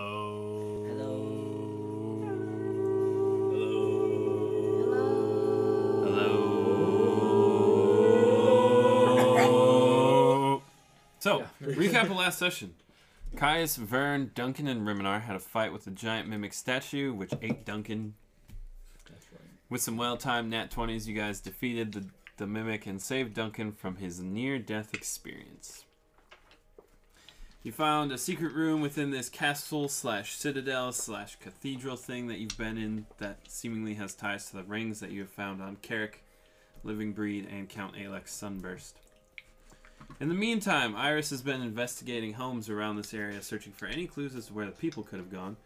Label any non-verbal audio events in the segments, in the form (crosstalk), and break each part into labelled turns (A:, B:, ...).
A: Hello. Hello. So, recap of last session. Caius, Vern, Duncan, and Riminar had a fight with a giant mimic statue, which ate Duncan. With some well-timed nat 20s, you guys defeated the, the mimic and saved Duncan from his near-death experience. You found a secret room within this castle slash citadel slash cathedral thing that you've been in that seemingly has ties to the rings that you have found on Carrick, Living Breed, and Count Alex Sunburst. In the meantime, Iris has been investigating homes around this area, searching for any clues as to where the people could have gone,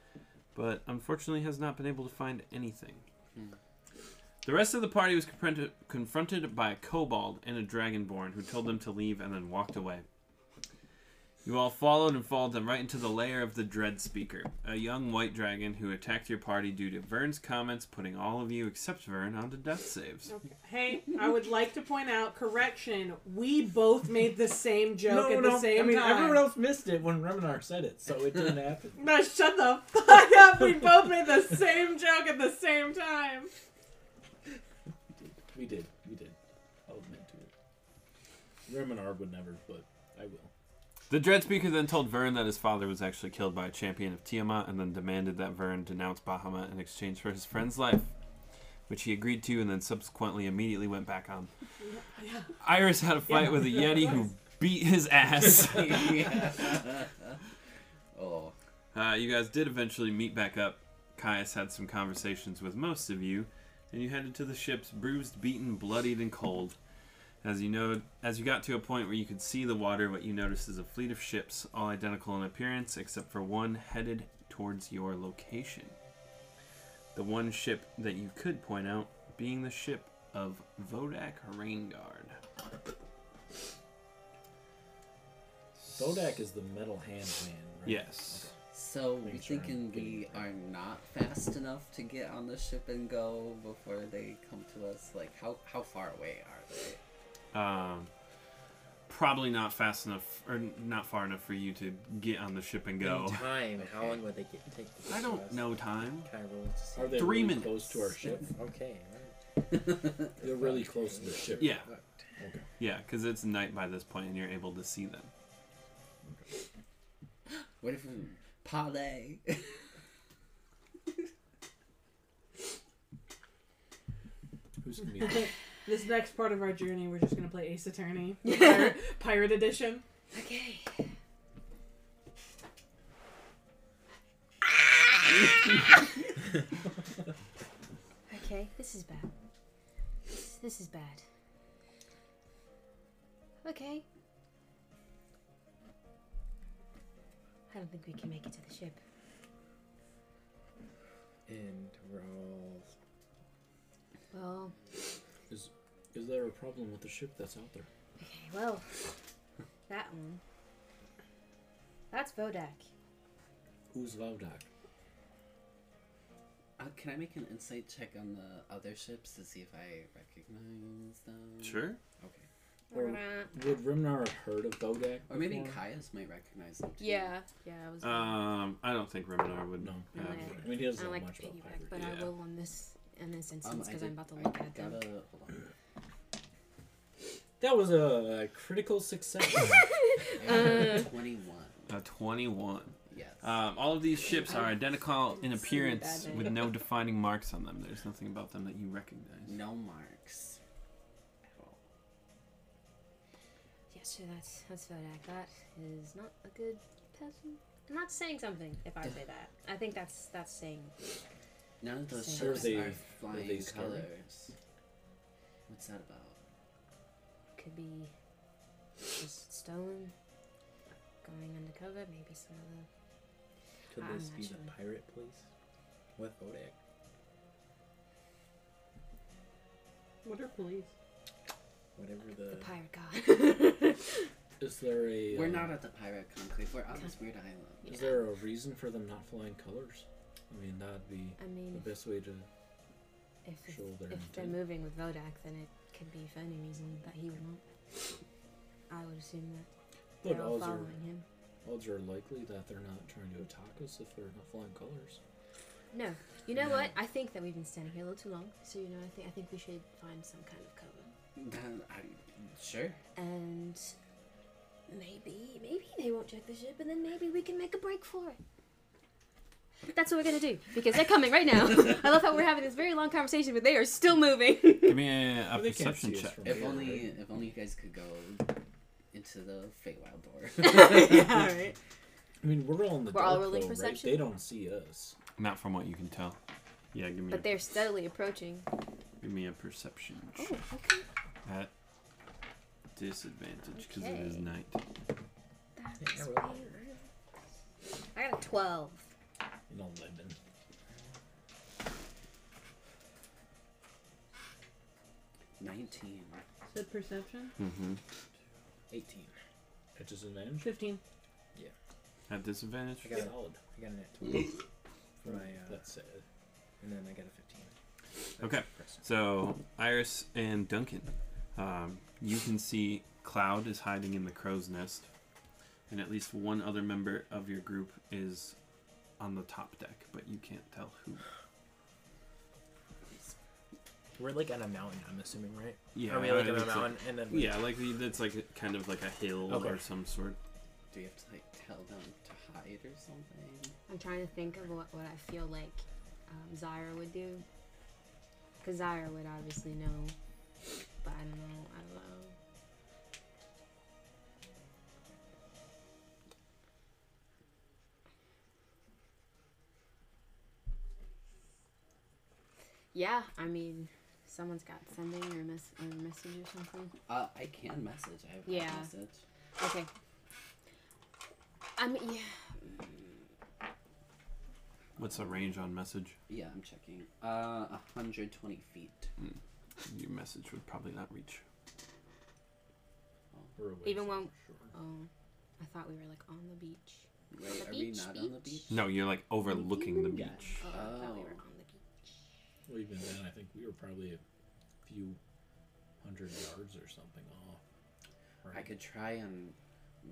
A: but unfortunately has not been able to find anything. The rest of the party was confronted- confronted by a kobold and a dragonborn who told them to leave and then walked away. You all followed and followed them right into the lair of the Dread Speaker, a young white dragon who attacked your party due to Vern's comments, putting all of you except Vern onto death saves.
B: Okay. Hey, I would like to point out correction. We both made the same joke at the same
C: I mean,
B: time.
C: everyone else missed it when Reminar said it, so it didn't happen.
B: No, shut the fuck up. We both made the same joke at the same time.
C: We did. We did. I'll admit to it. Reminar would never, but I will.
A: The Dread Speaker then told Vern that his father was actually killed by a champion of Tiamat and then demanded that Vern denounce Bahama in exchange for his friend's life, which he agreed to and then subsequently immediately went back on. Iris had a fight with a Yeti who beat his ass.
D: oh,
A: Uh, you guys did eventually meet back up. Caius had some conversations with most of you, and you headed to the ships, bruised, beaten, bloodied, and cold. As you know, as you got to a point where you could see the water, what you noticed is a fleet of ships, all identical in appearance except for one headed towards your location. The one ship that you could point out being the ship of Vodak Rainguard.
C: Bodak is the metal hand man, right?
A: Yes.
D: so we
C: Make sure I'm
D: thinking
C: getting
D: we
C: it
D: are not fast enough to get on the ship and go before they come to us. Like, how how far away are they?
A: Um, probably not fast enough, or n- not far enough for you to get on the ship and
E: In
A: go.
E: time, how
D: Okay.
E: long would they get, take to get
A: I
E: to
A: don't
E: us?
A: know time.
E: Can I roll to see?
C: Are they
A: Three
C: really
A: minutes.
C: close to our ship?
E: Okay.
C: They're really close to the ship.
A: Yeah,
C: Okay.
A: yeah, because it's night by this point, and you're able to see them.
D: What if we parlay?
C: Who's gonna be? I
B: This next part of our journey, we're just gonna play Ace (laughs) Attorney, Pirate, Pirate Edition.
D: okay.
F: Okay, this is bad. This, this is bad. Okay. I don't think we can make it to the ship.
E: And we're all.
F: Well,
C: Is there a problem with the ship that's out there?
F: okay, well, that one. That's Vodak.
C: Who's Vodak?
D: (laughs) Uh, can I make an insight check on the other ships to see if I recognize them?
A: Sure.
D: Okay.
C: Or would Rimnar have heard of Bodak?
D: Or maybe
C: before?
D: Caius might recognize them. Too.
F: Yeah, yeah, I was.
A: Um, I don't think Reminar would.
C: No.
F: I'm
A: have-
F: gonna-
C: I mean, he
F: I
C: doesn't
F: don't
C: know
F: like
C: much
F: to
C: about
F: piggyback,
C: pirates.
F: but I
A: yeah.
F: will on this in this
D: Um,
F: instance
D: I
F: because
D: did-
F: I'm about to
D: I
F: look at them.
D: gotta- hold on.
F: (laughs)
C: That was a critical success.
F: (laughs)
D: Uh, 21.
A: A twenty-one.
D: Yes.
A: Um, all of these ships are identical in appearance, with no defining marks on them. There's nothing about them that you recognize.
D: no marks. At all.
F: Yeah, sure, that's that's Vodak. That is not a good person. And that's saying something if I say that. I think that's that's saying
D: None of those
F: Same. Are
D: ships
C: they-
D: are
C: are
D: flying
C: they scary?
D: colors. What's that about?
F: could be just stolen, going undercover, maybe some other.
E: Could
F: I'm
E: this
F: not
E: be
F: sure.
E: the pirate police? With Odak?
B: What are police?
E: Whatever the.
F: The pirate god.
C: Is there a?
D: We're
C: um,
D: not at the pirate conclave. We're on this weird island.
F: Yeah.
C: Is there a reason for them not flying colors? I mean, that'd be
F: I
C: the
F: mean,
C: best way to.
F: if if,
C: Sure, they're
F: if they're
C: intent.
F: moving with Vodak, then it could be for any reason that he would want. I would assume that
C: But
F: they're all
C: ours are
F: following him.
C: Odds are likely that they're not trying to attack us if they're not flying colors.
F: No. You know
D: No.
F: what? I think that we've been standing here a little too long. So you know, I think I think we should find some kind of cover.
D: Then I, sure.
F: And maybe maybe they won't check the ship and then maybe we can make a break for it. That's what we're gonna do, because they're coming
B: (laughs)
F: right now. I love how we're having this very long conversation, but they are still moving.
A: Give me a, a
C: Well, they can't
A: perception
C: see us
A: check.
C: from
D: If
C: here,
D: only,
C: right?
D: if only you guys could go into the Feywild
C: (laughs)
B: (laughs)
D: door. (laughs)
B: yeah, right.
C: I mean, we're all in the
F: We're all
C: dark
F: rolling
C: though,
F: perception?
C: Right? They don't see us.
A: Not from what you can tell. Yeah, give me
F: (laughs) But
A: a,
F: they're steadily approaching.
A: give me a perception
F: Oh,
A: check
F: okay.
A: at disadvantage because it is
F: Okay.
A: night.
F: That is weird. I got a 12.
C: In eleven.
D: Nineteen.
B: Said perception.
A: Mm-hmm.
E: 18.
C: Which is an edge.
B: Fifteen.
A: At disadvantage.
E: I got it.
C: Solid.
E: I got an at 20 for my, uh,
C: That's sad.
E: and then I got a 15. That's
A: Okay.
E: impressive.
A: So Iris and Duncan, um, you can see Cloud is hiding in the crow's nest, and at least one other member of your group is on the top deck, but you can't tell who.
E: We're like on a mountain, I'm assuming, right?
A: Yeah,
E: Are we like
A: I
E: on a
A: think so.
E: mountain? And then
A: Yeah, like the- that's like a, kind of like a hill
E: Okay.
A: or some sort.
D: Do we have to like tell them to hide or something?
F: I'm trying to think of what, what I feel like um, Zyra would do. Because Zyra would obviously know. But I don't know. I don't know. Yeah, I mean, someone's got sending or, mes- or message or something.
D: Uh, I can message. I have a
F: Yeah.
D: message.
F: Okay. I mean, yeah.
A: What's the range on message?
D: Yeah, I'm checking. Uh, 120 feet.
A: Your message would probably not reach.
C: We're away
F: Even
C: from
F: when-
C: shore.
F: Oh, I thought we were like on the beach.
D: Wait,
F: The
D: are we
F: beach,
D: not on the beach?
A: No, you're like overlooking the beach.
F: Oh, I thought we were
D: Oh.
F: on the beach.
C: Well, even then, I think we were probably a few hundred yards or something off.
D: I could try and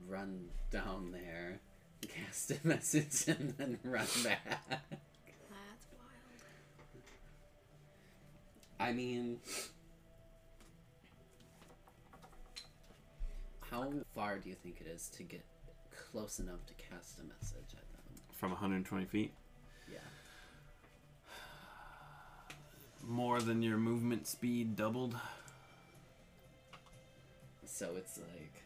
D: run down there, (laughs) cast a message, and then run back.
F: That's wild.
D: I mean, how far do you think it is to get close enough to cast a message at them?
A: From 120 feet,
D: Yeah.
A: more than your movement speed doubled.
D: So it's like.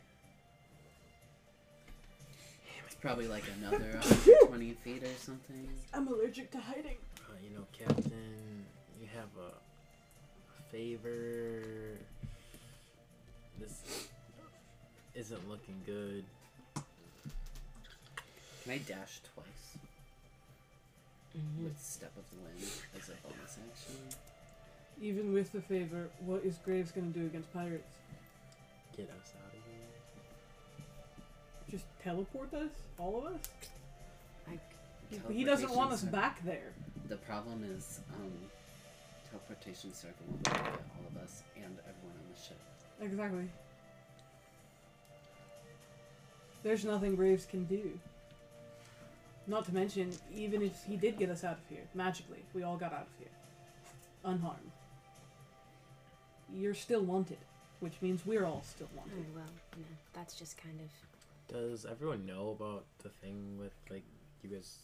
D: It's probably like another 120 feet or something.
B: I'm allergic to hiding.
E: Uh, you know, Captain, you have a favor. This isn't looking good.
D: Can I dash twice with Step of the Wind as a bonus action?
B: Even with the favor, what is Graves gonna do against pirates?
E: Get us out of here.
B: Just teleport us, all of us? He- He
D: Teleportation
B: doesn't want us
D: cir-
B: back there.
D: The problem is, um, teleportation circle will get all of us and everyone on the ship.
B: Exactly. There's nothing Graves can do. Not to mention, even if he did get us out of here, magically, we all got out of here. Unharmed. You're still wanted, which means we're all still
F: Oh,
B: wanted.
F: well, no, that's just kind of.
E: Does everyone know about the thing with like you guys?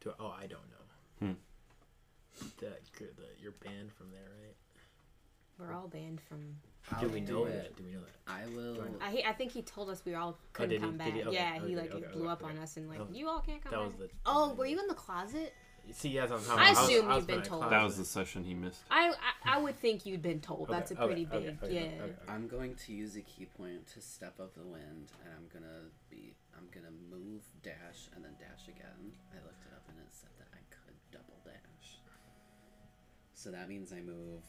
E: Do oh I don't know.
A: Hmm.
E: That, gr- that you're banned from there, right?
F: We're all banned from.
D: I'll
E: do we know
D: it.
E: that? Do we know that?
D: I will.
E: Do I-
F: I, he- I think he told us we all
E: Oh,
F: couldn't
E: did he-
F: come
E: did
F: back.
E: he? Okay,
F: yeah,
E: okay,
F: he like
E: okay,
F: blew
E: okay,
F: up
E: okay.
F: on us and like
E: That was-
F: you all can't come
E: That
F: back.
E: was the.
F: oh, were you in the closet?
E: See, yes, I'm talking.
F: I
E: about- was-
F: assume
E: was
F: you've been
E: putting a
F: told.
E: closet.
A: That was the session he missed.
F: I, I I would think you'd been told.
E: Okay,
F: That's a
E: okay,
F: pretty
E: okay,
F: big.
E: okay,
F: yeah.
E: okay, okay.
D: I'm going to use a key point to step up the wind, and I'm gonna be. I'm gonna move, dash, and then dash again. I looked it up, and it said that I could double dash. So that means I move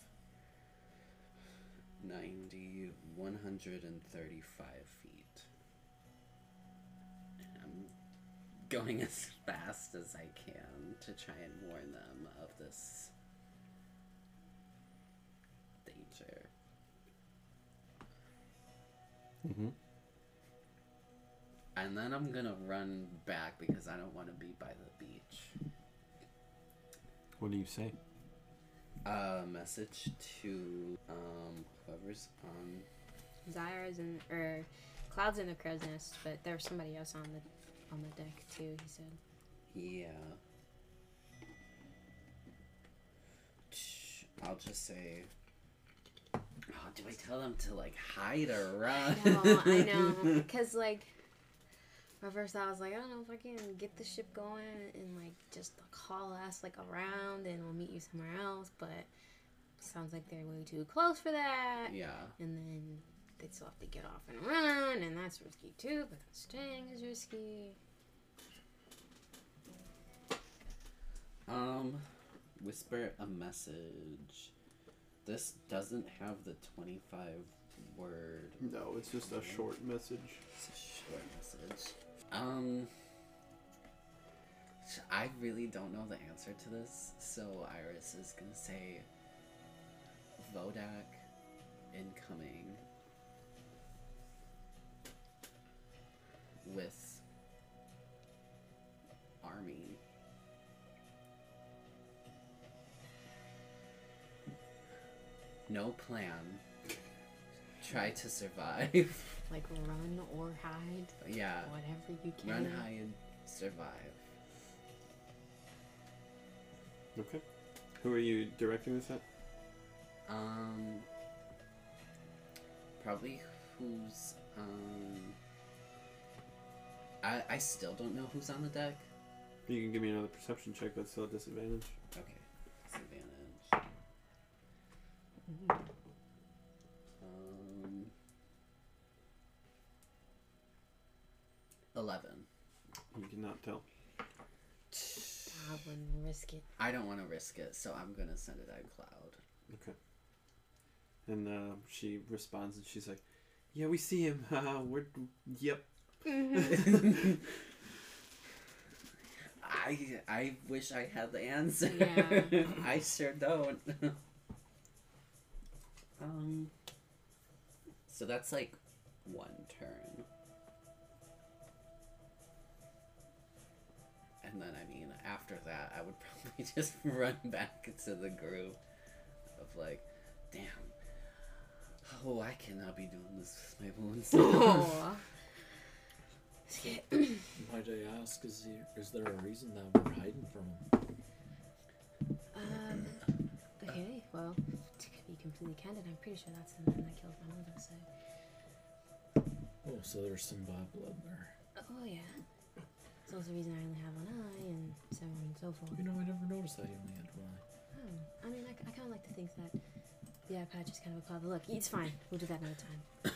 D: 90, 135 feet. And I'm going (laughs) as fast as I can to try and warn them of this danger.
A: Mm-hmm.
D: And then I'm gonna run back because I don't want to be by the beach.
A: What do you say?
D: Uh, message to um whoever's on.
F: Zyra's in or Cloud's in the crow's nest, but there was somebody else on the on the deck too. He said.
D: Yeah. I'll just say. Oh, do I tell them to like hide or run?
F: (laughs) No,
D: (laughs)
F: I know because like. My first thought was like, I don't know if I can get the ship going and like just like, haul us like around and we'll meet you somewhere else. But sounds like they're way too close for that.
D: yeah.
F: and then they still have to get off and run, and that's risky too. But staying is risky.
D: Um, whisper a message. This doesn't have the 25 word.
G: No, it's just a short message.
D: It's a short message. Um, sh- I really don't know the answer to this, so Iris is gonna say Vodak incoming with army. No plan. Try to survive. (laughs)
F: Like run or hide,
D: yeah.
F: whatever you can.
D: Run high and survive.
G: Okay. Who are you directing this at?
D: Um, probably who's um. I I still don't know who's on the deck.
G: You can give me another perception check, but still a disadvantage.
D: Okay, disadvantage. Um, eleven.
G: You cannot tell.
F: I wouldn't risk
D: (laughs)
F: it.
D: I don't want to risk it, so I'm gonna send it out cloud.
G: Okay. And uh, she responds and she's like, Yeah, we see him. (laughs) Haha, We're. Yep.
D: I I wish I had the answer.
F: Yeah.
D: (laughs) I sure don't. (laughs) um. So that's like one turn. And then I mean, after that, I would (laughs) probably just run back to the group of like, damn. Oh, I cannot be doing this with my wounds.
F: (laughs)
D: (laughs)
F: Oh.
C: Might I ask, is there, is there a reason that we're hiding from him?
F: Um, okay, well, to be completely candid, I'm pretty sure that's the man that killed my mother. So.
C: Oh, so there's some bad blood there.
F: Oh yeah. It's also the reason I only have one eye, and so on and so forth.
C: You know, I never noticed that he only had one eye.
F: Oh, I mean, I, kind of like to think that the eye patch is kind of a part of the look. It's fine. We'll do that another time.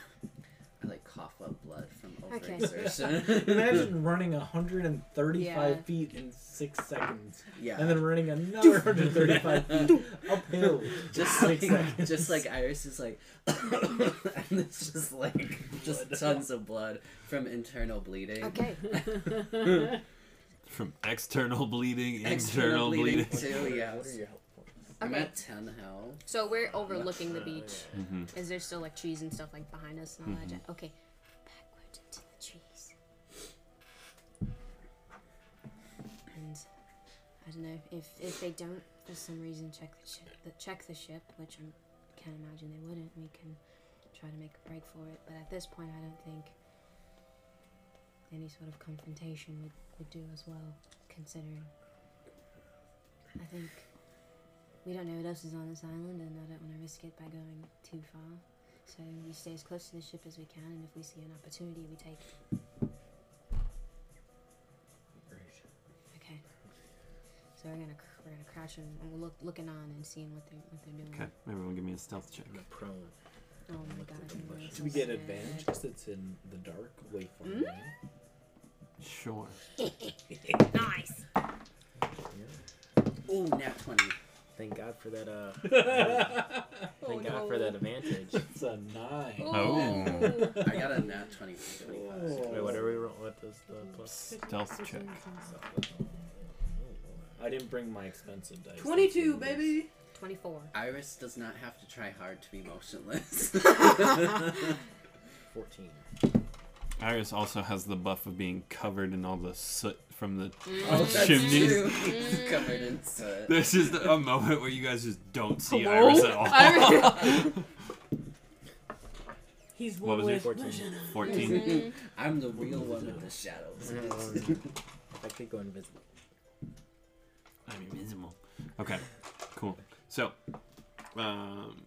D: I like cough up blood from
F: Okay.
D: overexertion.
C: (laughs)
E: Imagine running 135
F: Yeah.
E: feet in six seconds,
D: yeah.
E: and then running another 135 feet uphill.
D: just like
E: Six seconds.
D: just like Iris is like (coughs) and it's just like just tons of blood from internal bleeding.
F: (laughs) Okay.
A: From external bleeding,
D: External
A: internal bleeding.
D: bleeding too, yes.
E: your health points?
D: I'm
F: Okay.
D: at ten health.
F: So we're overlooking
E: Uh,
F: the beach.
A: hmm
F: Is there still like trees and stuff like behind us and all that? jazz? Okay. Backwards into the trees. And I don't know if if they don't for some reason check the ship, the, check the ship, which I can't imagine they wouldn't. We can try to make a break for it, but at this point, I don't think any sort of confrontation would, would do as well, considering. I think we don't know what else is on this island, and I don't want to risk it by going too far. So we stay as close to the ship as we can, and if we see an opportunity, we take it. Okay. So we're gonna cr- we're gonna crouch and and we're look, looking on and seeing what they're what they're doing.
A: Okay, everyone give me a stealth check.
E: I'm a prone.
F: Oh my god! I'm really
C: Do we get
F: scared.
C: advantage because it's in the dark way far away?
A: Sure.
F: Nice.
D: Ooh, nat twenty.
E: Thank God for that.
A: (laughs)
E: Uh, thank God for that
F: (laughs)
E: advantage.
C: It's a nine.
A: Oh.
D: I got a nat twenty for twenty-five.
E: Wait, what are we? roll- What does the plus?
B: Hmm.
A: Stealth check.
C: I didn't bring my expensive dice.
B: Twenty-two, baby.
F: (laughs) Twenty-four.
D: Iris does not have to
F: (laughs)
D: try hard to be motionless.
E: 14.
A: Iris also has the buff of being covered in all the soot from the.
C: Oh, that's
A: Chimneys.
D: Mm. true. It's (laughs) covered in soot.
A: There's just a moment where you guys just don't see
B: Hello?
A: Iris at all.
F: (laughs)
B: He's
A: What
B: one
A: was
B: with.
A: it? 14.
F: Mm.
D: I'm the real one with the shadows.
E: Um, I could
A: (laughs)
E: go invisible.
A: I'm invisible. Okay, cool. So, um,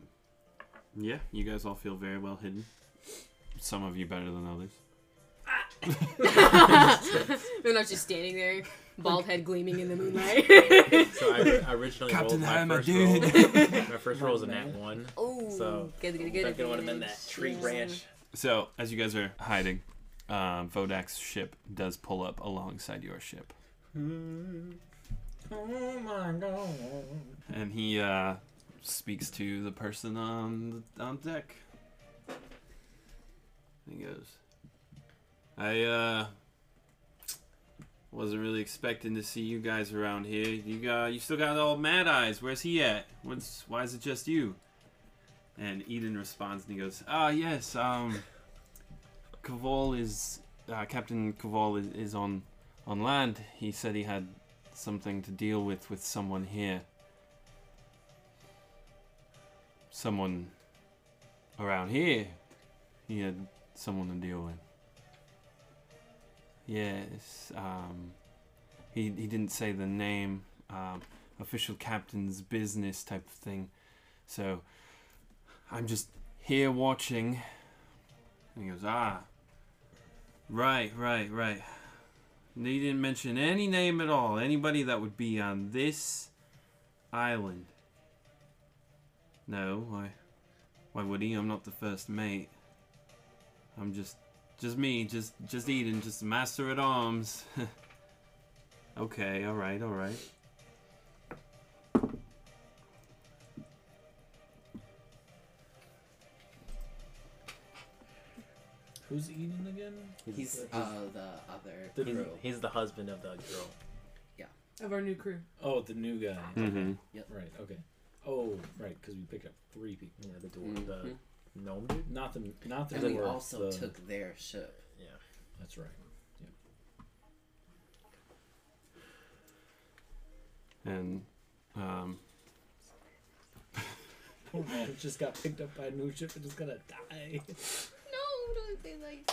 A: yeah, you guys all feel very well hidden. Some of you better than others.
F: Lunar's just standing there, bald head gleaming in the moonlight.
E: So I I originally
A: Captain,
E: rolled my
A: I'm a
E: first
A: dude. (laughs)
E: roll. My first roll was a nat one.
F: (laughs) oh,
E: So,
F: good, good, good.
E: Second would have been that tree
F: Yeah.
E: branch.
A: So, as you guys are hiding, um, Vodak's ship does pull up alongside your ship.
C: Hmm. Oh my god.
A: And he uh, speaks to the person on, on deck. He goes, I uh, wasn't really expecting to see you guys around here. You got, you still got old Mad Eyes. Where's he at? What's, why is it just you? And Eden responds and he goes, Ah, yes, um, Cavol is, uh, Captain Cavol is, is on, on land. He said he had something to deal with with someone here. Someone around here. He had someone to deal with. Yes, um, he, he didn't say the name, um, official captain's business type of thing. So I'm just here watching. And he goes, ah, right, right, right. They didn't mention any name at all. Anybody that would be on this island. No, why? Why would he? I'm not the first mate. I'm just, just me, just, just Eden, just master at arms. (laughs) okay, all right, all right.
C: Who's Eden again?
D: He's uh, the other
C: The
D: crew.
C: girl.
E: He's the husband of the girl.
B: Of our new crew.
C: Oh, the new guy.
A: Mm-hmm.
C: Right. Okay. Oh, right. Because we picked up three people.
E: Yeah, the dwarf,
D: Mhm.
E: the gnome dude.
C: Not the not the
D: And we
C: dwarf,
D: also
C: the-
D: took their ship.
E: Yeah.
C: That's right.
A: And, um,
C: Poor man who just got picked up by a new ship and is gonna die.
F: No, don't say that.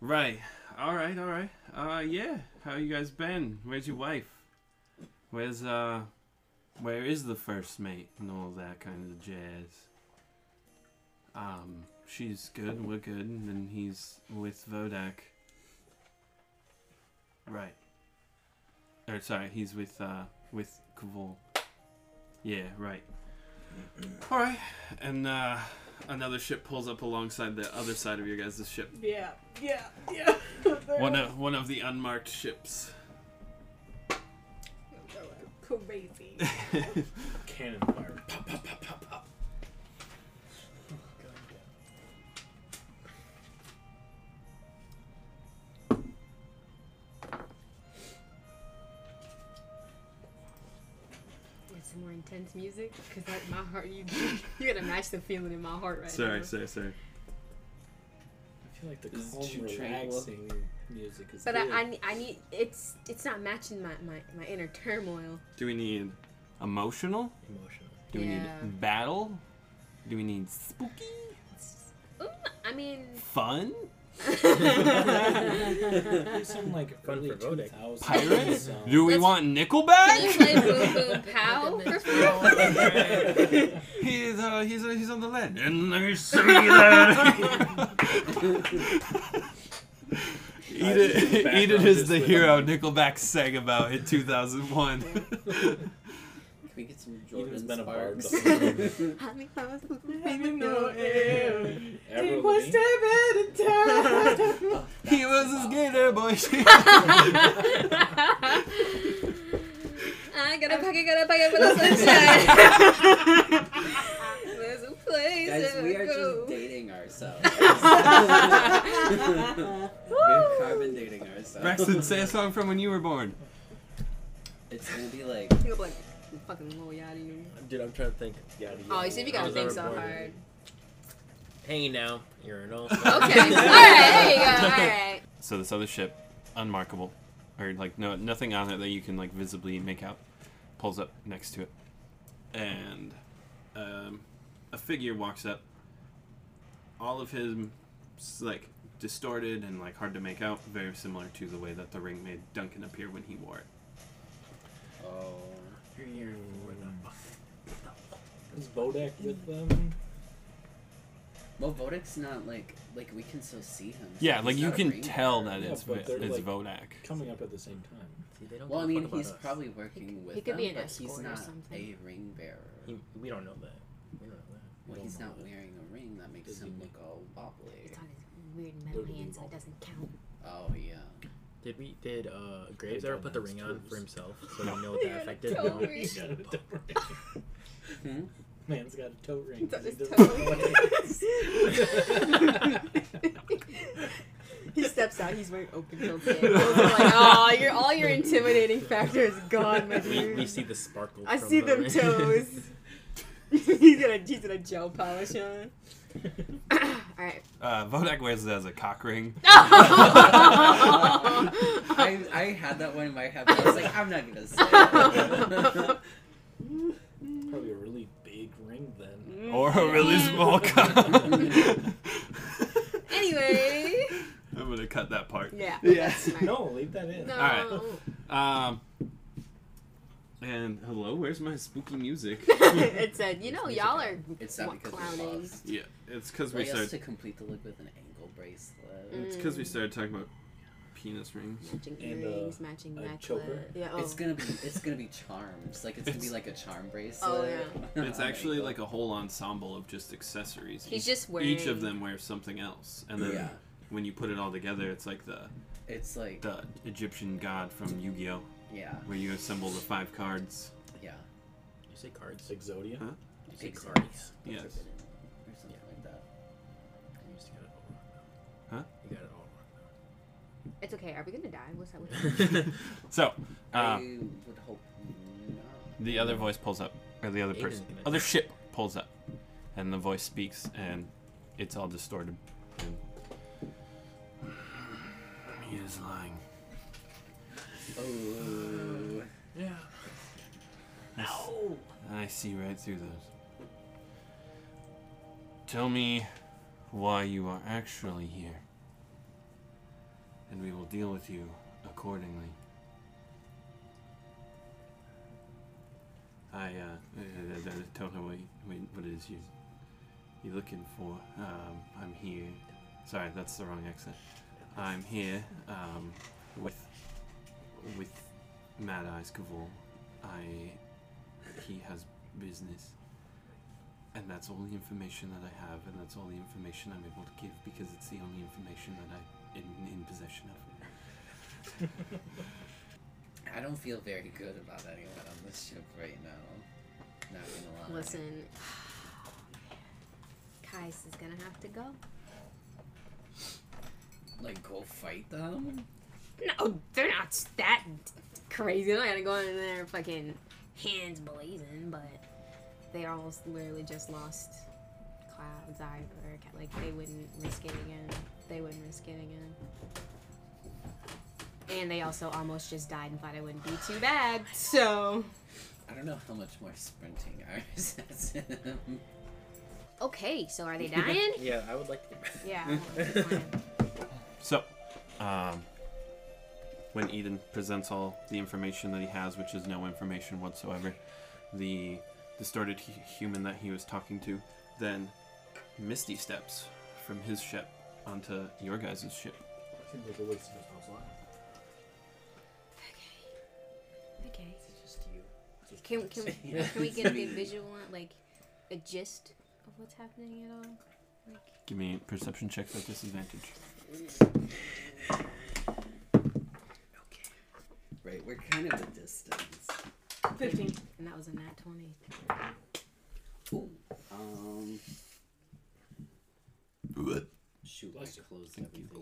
A: right, all right, all right. Uh, yeah. How you guys been? Where's your wife? Where's uh, where is the first mate and all that kind of jazz? Um, she's good. We're good. And then he's with Vodak. Right. Or sorry, he's with uh with Kavol. Yeah, right. All right, and uh, another ship pulls up alongside the other side of your guys' ship.
B: Yeah, yeah, yeah. (laughs)
A: One of one of the unmarked ships.
B: (laughs) Crazy.
C: Cannon fire. Pop pop pop pop pop.
F: With some more intense music, because that my heart, you (laughs) you gotta match the feeling in my heart right
A: sorry,
F: now.
A: sorry, sorry.
C: I feel like the
A: This is
C: calm,
A: too
C: relaxing music is
F: But
C: good. (laughs)
F: I, I, ne- I need it's it's not matching my, my, my inner turmoil.
A: Do we need emotional?
E: Emotional.
A: Do
F: Yeah.
A: we need battle? Do we need spooky?
F: Ooh, I (laughs) mean,
A: Fun?
F: can
C: Do some like
E: Fun
C: early
E: for voting.
C: 2000s
A: Pirates?
C: (laughs) song.
A: Do we
F: Let's-
A: want
F: you
A: Nickelback?
F: play Boom Boom (laughs) Pow? for fun?
A: (laughs) he's uh, he's uh, he's on the lead. And let me see that. (laughs)
C: just
A: Eden,
C: background
A: Eden is
C: just
A: the
C: with-
A: hero Nickelback sang about in 2001.
D: Can we get some
C: Eden's
D: Jordan
C: been a bard.
D: sparks?
C: the
D: (laughs)
C: whole time.
B: eh.
F: (laughs)
B: (laughs)
C: Everly.
B: It was David and Tara.
A: (laughs) he was a skater boy. (laughs)
F: I got a pocket, got a pocket full of sunshine. (laughs) There's a place
D: Guys,
F: I
D: we are
F: go.
D: just dating
F: (laughs)
D: ourselves. We're carbon dating
A: (laughs)
D: ourselves.
A: Braxton, say a song from when you were born.
D: It's gonna be like
F: You'll be like, fucking little yaddy.
E: Dude, I'm trying to think.
C: Yeah, yeah,
F: Oh, you see Oh, if you gotta
E: was
F: think
E: ever
F: so
E: born.
F: hard.
E: Hey now, you're an
F: (laughs)
E: old.
F: Okay. All right. There you go. All right.
A: So this other ship, unmarkable, or like no nothing on it that you can like visibly make out, pulls up next to it, and um, a figure walks up. All of him s- like distorted and like hard to make out, very similar to the way that the ring made Duncan appear when he wore it.
D: Oh.
C: Is Bodak with them?
D: Well, Vodak's not like like we can still see him. so
A: Yeah,
D: he's
A: like you
D: not a
A: can
D: ranger.
A: tell that
C: Yeah,
A: it's
C: but
A: Vo-
C: they're,
A: it's
C: like-
A: Vodak.
C: Coming up at the same time.
F: (laughs)
E: See, they don't
D: Well, I
E: give a
D: mean,
E: fuck about
D: he's
E: us.
D: probably working with
F: he could
D: them,
F: be an
D: but he's
F: escort or
D: not a
F: something.
D: ring bearer.
E: He- we don't know that. We don't know that.
D: Well,
C: don't
D: he's
C: know
D: not
C: that.
D: wearing a ring. That makes
C: Does he
D: him
C: make-
D: look all wobbly.
F: It's on his weird metal hands, so it doesn't (laughs) count.
D: Oh yeah.
E: Did we? Did uh, Graves ever
C: don't
E: put the
C: know his
E: ring on
C: tools.
E: for himself? So we
F: (laughs)
E: know what
F: Yeah,
E: that affected
F: don't
E: him?
F: worry.
C: He's got a
F: (laughs)
C: toe
D: Hmm?
C: ring. Man's got a toe ring.
F: That
C: He
F: is
C: doesn't know
F: totally-
C: what
F: (laughs) He steps out. He's wearing open toed sandals. I'm like, oh, your all your intimidating factor is gone, my
E: We,
F: dude.
E: we see the sparkle.
F: I
E: from
F: see
E: the
F: them
E: ring.
F: toes. he's gonna he's gonna gel polish on. all right. (laughs)
A: Uh, Vodak wears it as a cock ring.
D: I, I had that one in my head. But I was like, I'm not gonna say.
F: (laughs)
D: It.
C: it- Probably a really big ring then.
A: Or
C: (laughs)
A: a really
F: Mm.
A: small cock.
F: anyway,
A: I'm gonna cut that part.
F: yeah.
G: Yeah.
C: (laughs) No, leave that in.
F: Mm, (laughs) No.
A: All Um. And hello, where's my spooky
F: (laughs)
A: music?
F: (laughs) it said, you know,
D: Music
F: y'all are
D: It's not because we
F: clowning.
D: lost.
A: yeah, it's because
D: Well,
A: we
D: he has
A: started.
D: to complete the look with an ankle bracelet.
F: Mm.
A: It's because we started talking about penis rings.
F: Matching
C: And, uh,
F: earrings, matching
C: a
F: necklace.
C: choker.
F: Yeah. Oh.
D: It's gonna
F: (laughs)
D: be it's gonna be charms. Like it's, gonna be
A: It's-
D: like a charm bracelet.
F: Oh,
D: (laughs) on
A: It's
D: an
A: actually
D: ankle.
A: like a whole ensemble of just accessories.
F: He's
A: each,
F: just wearing.
A: each of them wears something else, and then
D: Yeah.
A: when you put it all together, it's like the
D: It's like
A: the Egyptian god from Yu-Gi-Oh,
D: yeah,
A: where you assemble the five cards.
D: yeah.
E: (laughs) You say cards.
C: Exodia.
A: Huh?
E: You say
D: Exodia.
E: cards.
D: The
A: Yes.
D: forbidden Or something like that.
E: You just got it all wrong.
A: Huh?
E: You got it all
F: It's okay. Are we gonna die? What's
E: (laughs)
F: that?
E: wrong.
A: So, uh,
D: I would hope not.
A: the other voice pulls up, or the other
E: Aiden's
A: person,
E: gonna-
A: other ship pulls up, and the voice speaks, and it's all distorted. And he is lying.
D: Oh,
E: yeah.
A: No. I see right through those. Tell me why you are actually here, and we will deal with you accordingly. I, uh, I- I, I don't know what, you- what- what it is you, you're looking for. Um, I'm here. Sorry, that's the wrong accent. I'm here um, with with Mad Eyes Cavall. I he has business. And that's all the information that I have, and that's all the information I'm able to give because it's the only information that I'm in, in possession of.
D: I don't feel very good about anyone on this ship right now. Not gonna lie.
F: Listen, (sighs) Kais is gonna have to go.
D: Like go fight them.
F: No, they're not that crazy. They're not gonna go in there fucking hands blazing, but they all literally just lost Cloud's eye or Cat- like they wouldn't risk it again. They wouldn't risk it again. And they also almost just died and thought it wouldn't be too bad. So
D: I don't know how much more sprinting (laughs) ours has in them.
F: okay, so are (laughs) they dying?
E: Yeah, I would like to get back.
F: yeah.
E: (laughs)
F: I don't know. Fine.
A: So, um, when Eden presents all the information that he has, which is no information whatsoever, the distorted hu- human that he was talking to then misty steps from his ship onto your guys' ship.
C: Seems like a waste of his time.
F: Okay.
D: It's just you. Just
F: Can
D: you.
F: can we,
D: Yeah,
F: can we
D: it's
F: get a
D: me.
F: visual on like a gist of what's happening at all? Like
A: Give me perception checks at disadvantage.
D: Right, we're kind of a distance.
B: Fifteen.
F: And that was a nat 20.
D: Ooh. Um. Shoot,
C: Bless you.
D: I closed everything up.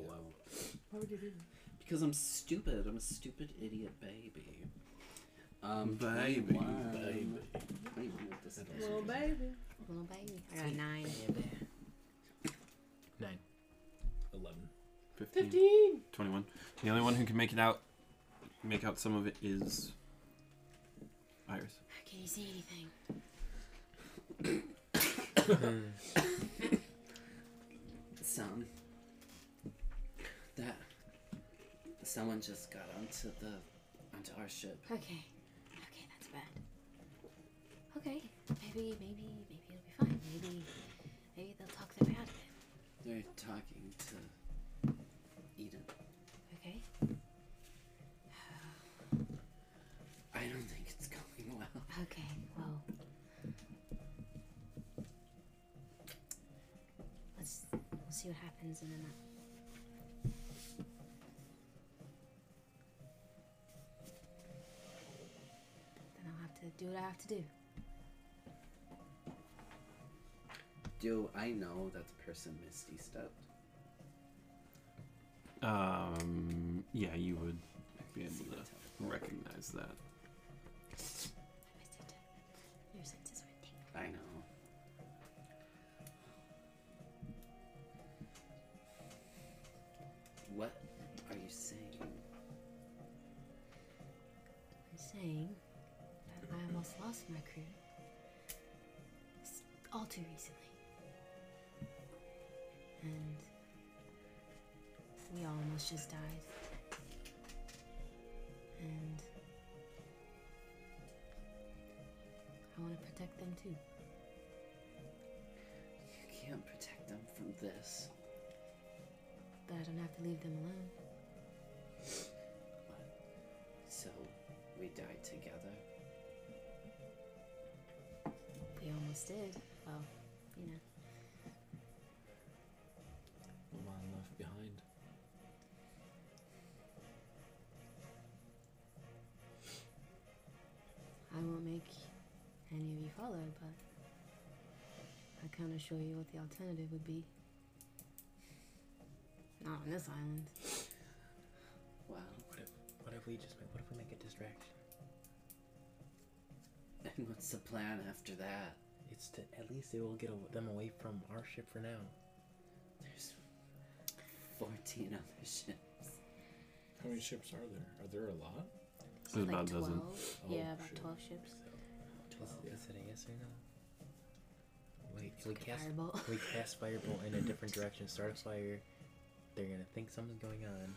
B: Why would you do
D: Because I'm stupid. I'm a stupid idiot baby. Um,
A: Baby.
D: 21.
C: Baby.
D: 21 with
B: that? Little
D: disadvantage.
B: baby.
F: Little baby. I got a 9.
E: Nine.
C: Eleven.
A: 15,
B: Fifteen.
A: 21. The only one who can make it out, make out some of it is Iris.
F: Can you see anything?
D: Some. That. Someone just got onto the. onto our ship.
F: Okay. Okay, that's bad. Okay. Maybe, maybe, maybe it'll be fine. Maybe, maybe they'll talk their way out of it.
D: They're talking to. Eden.
F: Okay. (sighs)
D: I don't think it's going well.
F: Okay. Well. Let's we'll see what happens uh, in a month. Then I'll have to do what I have to do.
D: Do I know that the person Misty stepped?
A: Um, yeah, you would be able
D: See
A: to
D: that tell.
A: recognize that.
F: I missed it. Your senses are
D: I
F: tingling.
D: know. What are you saying?
F: I'm saying that I almost lost my crew s- all too recently. And we almost just died. And I want to protect them too.
D: You can't protect them from this.
F: But I don't have to leave them alone.
D: So we died together.
F: We almost did. Well, you know.
C: One left behind.
F: I won't make any of you follow, but I can't assure you what the alternative would be. Not on this island.
D: (laughs) Wow.
E: What if we just make, what if we make a distraction?
D: And what's the plan after that?
E: It's to at least it will get a, them away from our ship for now.
D: There's 14 other ships.
C: How many ships are there? Are there a lot?
A: There's about a dozen.
F: 12.
C: Oh,
F: yeah, about
C: shit.
F: 12 ships.
E: Is,
D: Twelve.
E: is it a yes or no? Wait,
F: It's
E: we
F: like a
E: cast
F: fireball. (laughs)
E: we cast fireball in a different direction. Start a fire. They're gonna think something's going on.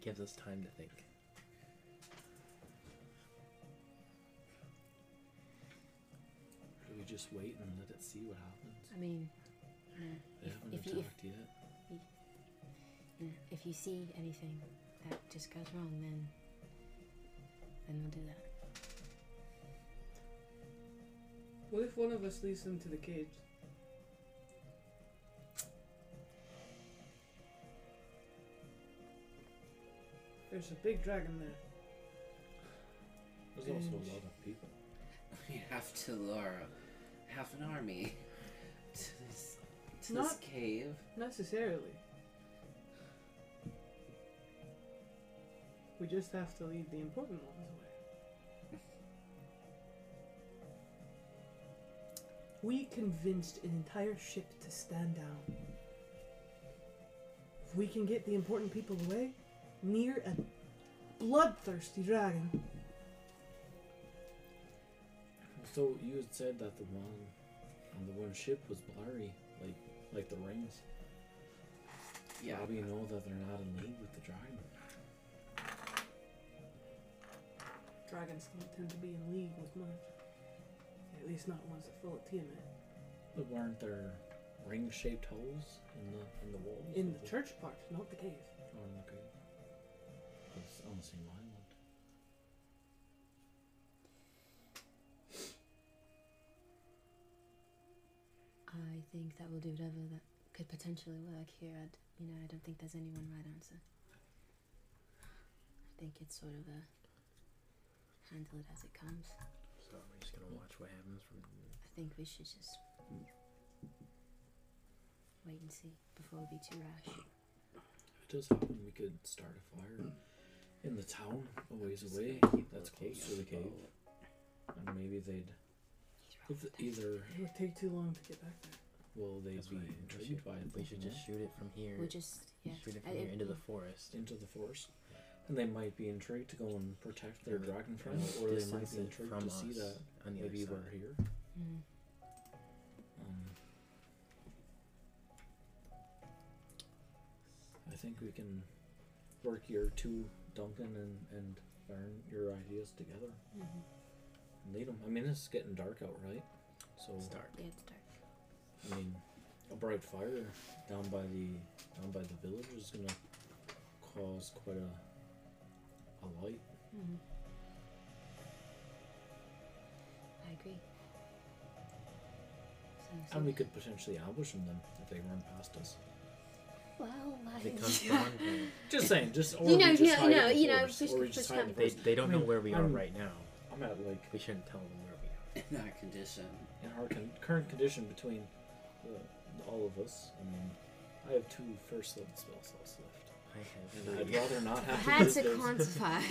E: Gives us time to think.
C: Do we just wait and let it see what happens?
F: I mean, you know,
C: They haven't
F: if you- if-
C: attacked yet.
F: you know, if you see anything that just goes wrong, then then we'll do that.
B: What if one of us leads them to the cage? There's a big dragon there.
C: There's also a lot of people.
D: We have to lure half an army (laughs) to this, to this
B: Not-
D: cave.
B: Necessarily. We just have to lead the important ones away. (laughs) We convinced an entire ship to stand down. If we can get the important people away, near a bloodthirsty dragon.
C: So you had said that the one on the one ship was blurry, like like the rings.
D: Yeah.
C: How do you know that they're not in league with the dragon?
B: Dragons don't tend to be in league with much. At least not ones that full of Tiamat.
C: But weren't there ring-shaped holes in the in the walls?
B: In
C: of
B: the church part, not the cave.
C: Or in the cave? It's on the same island.
F: I think that we'll do whatever that could potentially work here. I'd, you know, I don't think there's any one right answer. I think it's sort of a handle it as it comes.
E: So we're just gonna watch what happens from.
F: I think we should just wait and see before we be too rash.
C: If it does happen, we could start a fire in the town a ways
D: Just
C: away.
D: gonna keep
C: That's
D: looking
C: close to the
D: at
C: cave, and maybe they'd
F: He's
C: if
F: rough.
C: either
B: It would take too long to get back there.
C: Will they
E: That's
C: be
E: what we
C: intrigued by it?
E: We should just shoot it from here.
F: We just yeah.
E: shoot it
F: I-
E: from here
F: it-
E: into the forest.
C: into the forest, and they might be intrigued to go and protect their
E: Yeah,
C: dragon friend,
E: And
C: or they might
E: distance
C: be
E: it
C: intrigued to see that
E: on the
C: maybe
E: other
C: we're
E: side.
C: here.
F: Mm.
C: Um, I think we can work your two, Duncan and and Baron, your ideas together
F: Mm-hmm.
B: Mhm.
C: and lead them. I mean, it's getting dark out, right? So
E: It's dark.
F: Yeah, it's dark.
C: I mean, a bright fire down by the down by the village is gonna cause quite a a light.
B: Mhm.
F: I agree. Sounds
C: And we
F: like-
C: could potentially ambush them then if they run past us.
F: Well, like, (laughs)
E: They come from
F: yeah.
E: one thing.
C: Just saying, just or we
F: You know,
C: just
F: no,
C: hide in
F: no,
C: the
F: you know,
C: forest,
F: just-
C: or we
F: just
C: hide in
F: come-
C: the
E: They,
C: forest.
E: they don't
C: I
E: know
C: mean,
E: where we are
C: I'm-
E: right now.
C: I'm at like
E: We shouldn't tell them where we are.
D: In our condition. (laughs)
C: in our con- current condition between uh, all of us. I mean, I have two first level spell slots left,
E: I have
C: and I'd
E: three.
C: rather not
F: I
C: have to.
F: had
C: use
F: to
C: those.
F: quantify.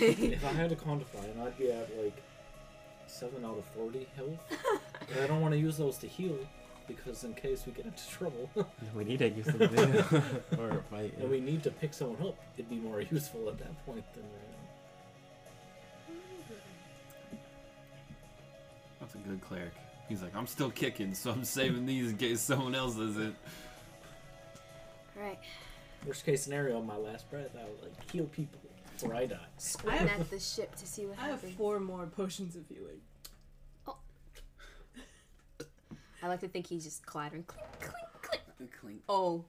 C: (laughs) if I had to quantify, and I'd be at like seven out of forty
F: (laughs)
C: health, but I don't want to use those to heal because in case we get into trouble (laughs)
E: We need to use
A: (laughs)
E: them or fight.
C: and we need to pick someone up, it'd be more (laughs) useful at that point than right now.
A: That's a good cleric. He's like, I'm still kicking, so I'm saving these in case someone else isn't.
F: right.
C: Worst case scenario, my last breath, I would like heal people before I die.
F: Squint at the ship to see what
B: I have
F: happens.
B: four more potions of healing.
F: I like to think he's just clattering. Clink, clink, clink.
D: Clink.
F: Oh.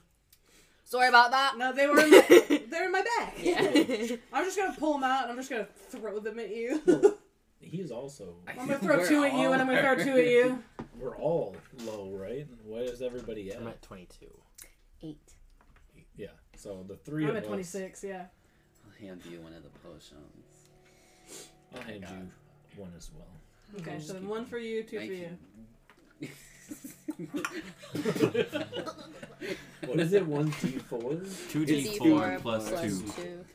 F: Sorry about that.
B: (laughs) No, they were in my, they're in my bag.
F: Yeah.
B: I'm just gonna pull them out and I'm just gonna throw them at you.
C: He's also
B: (laughs) I'm gonna throw two at you and I'm gonna throw two at you.
C: we're all low, right? Why is everybody at?
E: I'm at 22.
F: (laughs) Eight.
C: Yeah. So the 3
B: I'm
C: of
B: at
C: us.
B: 26. Yeah.
D: I'll hand you one of the potions.
C: I'll hand you one as well.
B: Okay, so then
D: keep
B: one
D: going.
B: for you, two for
D: Thank
B: you.
C: What is it? One D four.
A: 2d4 plus
D: plus
A: 2.
F: two.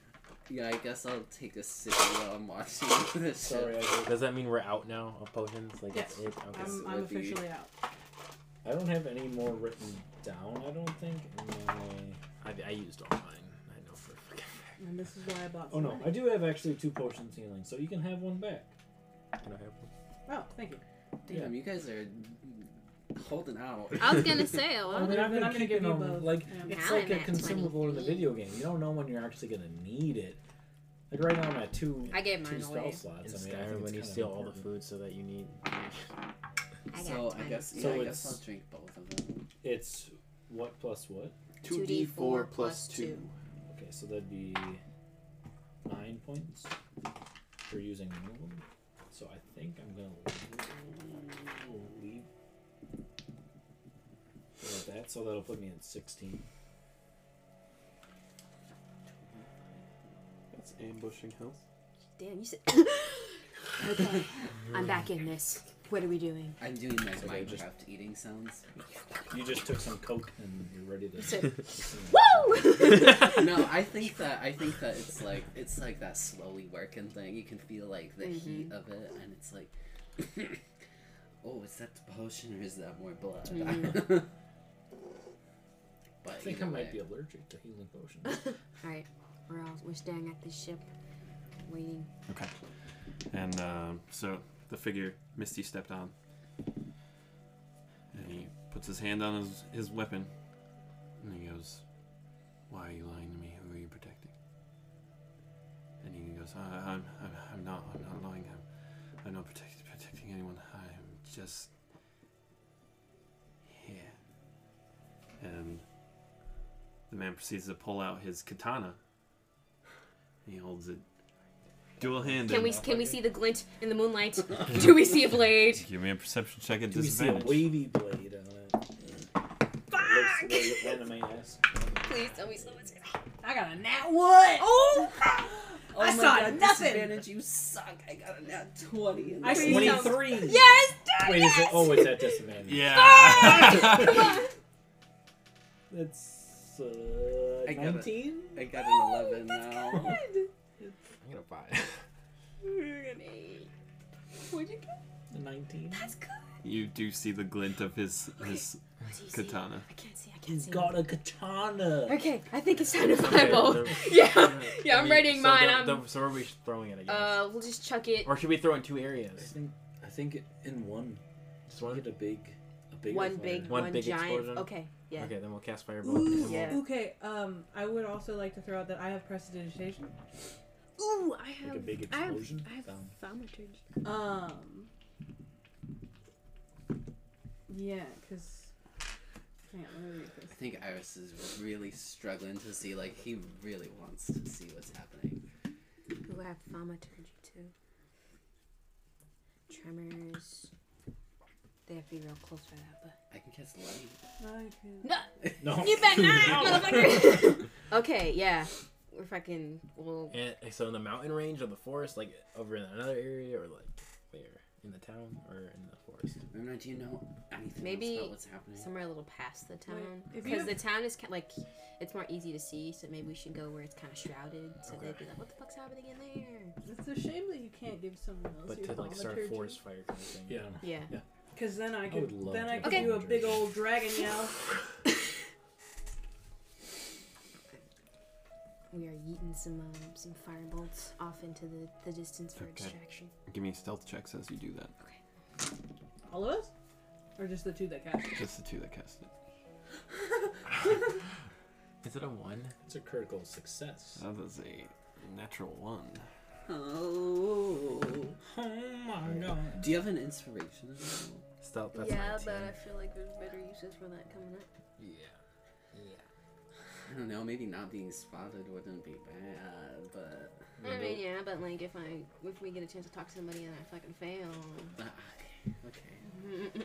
D: yeah, I guess I'll take a sip while I'm watching (laughs)
C: (laughs)
D: this.
C: Sorry,
D: shit.
C: I,
E: Does that mean we're out now of potions? Like that's
B: Yes.
E: it? Okay.
B: I'm,
F: Um,
D: would
B: I'm
D: be-
B: officially out.
C: I don't have any more written down. I don't think. in my-
E: I, I used all mine. I know for a fucking fact.
B: And this is why I bought
C: Oh
B: some.
C: no, I do have actually two potions healing, so you can have one back.
E: Can I have one?
B: Oh, thank you.
D: Damn, you guys are holding out.
F: (laughs) I was gonna say,
C: I
F: well,
C: mean, I've
B: Then
C: been
B: I'm gonna give
C: keeping
B: you
C: them,
B: both.
C: Like
B: Yeah.
C: it's
F: Now
C: like
F: I'm
C: a
F: at
C: consumable in a
F: 23.
C: video game. You don't know when you're actually gonna need it. Like right now, I'm at two.
F: I gave
C: two
F: mine
C: spell
F: away.
E: In
C: slots. I mean, I
E: Skyrim,
C: think
E: when
C: it's
E: you
C: kinda
E: steal all the
C: important.
E: food so that you need.
F: (laughs) I got
D: so I
F: mine.
D: guess,
C: (laughs)
D: yeah,
C: So
D: I guess
C: it's-
D: I'll drink both of them.
C: It's what plus what?
F: 2d4 plus two.
C: Okay, so that'd be nine points for using one of them. So I think I'm gonna leave. leave like that, so that'll put me in 16.
G: That's ambushing health.
F: Damn, you said. (coughs) okay, I'm back in this. What are we doing?
D: I'm doing like
C: So they
D: Minecraft
C: just-
D: eating
F: (laughs)
D: sounds.
C: You just took some coke and you're ready to.
F: You said, (laughs)
D: no, I think that I think that it's like it's like that slowly working thing. You can feel like the
F: Mm-hmm.
D: heat of it, and it's like, (coughs) oh, is that the potion or is that more blood?
F: Mm-hmm.
D: (laughs) but
C: I think I might be allergic to healing
D: (laughs)
C: potions.
F: all right, we're all we're staring at this ship, waiting.
A: Okay. And um, so the figure Misty stepped on. And he puts his hand on his, his weapon. And he goes, Why are you lying to me? Who are you protecting? And he goes, I, I'm, I'm, I'm not. I'm not lying. I'm, I'm not protect, protecting anyone. I'm just here. And the man proceeds to pull out his katana. He holds it dual handed.
F: Can we can we see the glint in the moonlight? Do we see a blade?
A: Give me a perception check at
C: Do we see a
A: disadvantage.
C: wavy blade on it? Fuck! Looks really anime esque.
F: Please tell me someone's gonna.
B: I got a nat one.
D: Oh, oh
B: I
D: my
B: saw
D: God,
B: nothing.
D: Disadvantage, you suck. I got a nat twenty.
B: I see
F: (laughs) Please.
B: some.
C: 23!
F: Yes, dude,
C: Wait, is it. Oh, it's at disadvantage.
A: Yeah.
F: (laughs)
C: That's uh,
D: I got it.
C: 19?
D: I got an
C: (laughs)
D: eleven now.
E: I'm gonna
A: (laughs)
E: buy.
F: What'd you get?
C: 19?
F: That's good.
A: you do see the glint of his his
F: see, see.
A: katana.
F: I can't see. I can't
C: You
F: see.
C: got a katana.
F: Okay, I think it's (laughs) time to
E: Okay,
F: fireball.
E: the-
F: yeah, (laughs) yeah, I'm
E: we-
F: writing
E: so
F: mine.
E: the-
F: I'm.
E: the- so where are we throwing it? I guess?
F: uh, we'll just chuck it
E: or should we throw in two
C: I
E: areas?
C: think I think in one
E: Just one.
C: get a big a big
F: one big,
E: One
F: one,
E: big
F: giant.
E: explosion?
F: Okay, yeah.
E: Okay, then we'll cast fireball. and
B: Ooh,
E: we'll-
F: Yeah.
B: okay. Um, I would also like to throw out that I have prestidigitation.
F: Ooh, I
C: like
F: have.
C: a big
F: I have.
C: explosion.
F: I have
C: Boom.
F: thaumaturgy.
B: Um, yeah, because. Hang on, let me read this.
D: I think Iris is really struggling to see. Like he really wants to see what's happening.
F: Ooh, I have thaumaturgy too. Tremors. They have to be real close for that, but.
D: I can cast light.
B: I can-
F: No, (laughs)
C: No.
F: you
E: (laughs)
F: bet not, motherfucker. (laughs) okay, yeah. We're fucking. Well,
E: And, so in the mountain range of the forest, like over in another area, or like where in the town or in the forest.
D: Remember, do you know anything
F: Maybe
D: else about what's happening?
F: somewhere a little past the town
B: Wait, if you have-
F: because the town is kind like it's more easy to see. So maybe we should go where it's kind of shrouded. So
E: Okay.
F: they'd be like, "What the fuck's happening in there?"
B: It's a shame that you can't give someone else
E: But
B: your
E: to like start a forest fire kind of thing.
C: Yeah.
F: Yeah.
B: Because then I could
C: would love
B: then
C: to
B: I
C: have
B: could
F: Okay.
B: do a big old dragon yell.
F: We are yeeting some um, some firebolts off into the, the distance for a
A: Okay.
F: distraction.
A: Give me stealth checks as you do that.
B: All of us, or just the two that cast? it?
A: Just the two that cast it.
E: Is it a one?
C: It's a critical success.
A: That was a natural one.
D: Oh.
C: oh my god.
D: Do you have an inspiration?
E: Stealth. That's
F: feel like there's better uses for that coming up.
D: Yeah. Yeah. I don't know. Maybe not being spotted wouldn't be bad, but
F: I mean, yeah, but like if I if we get a chance to talk to somebody and I fucking fail,
D: ah, okay. Okay.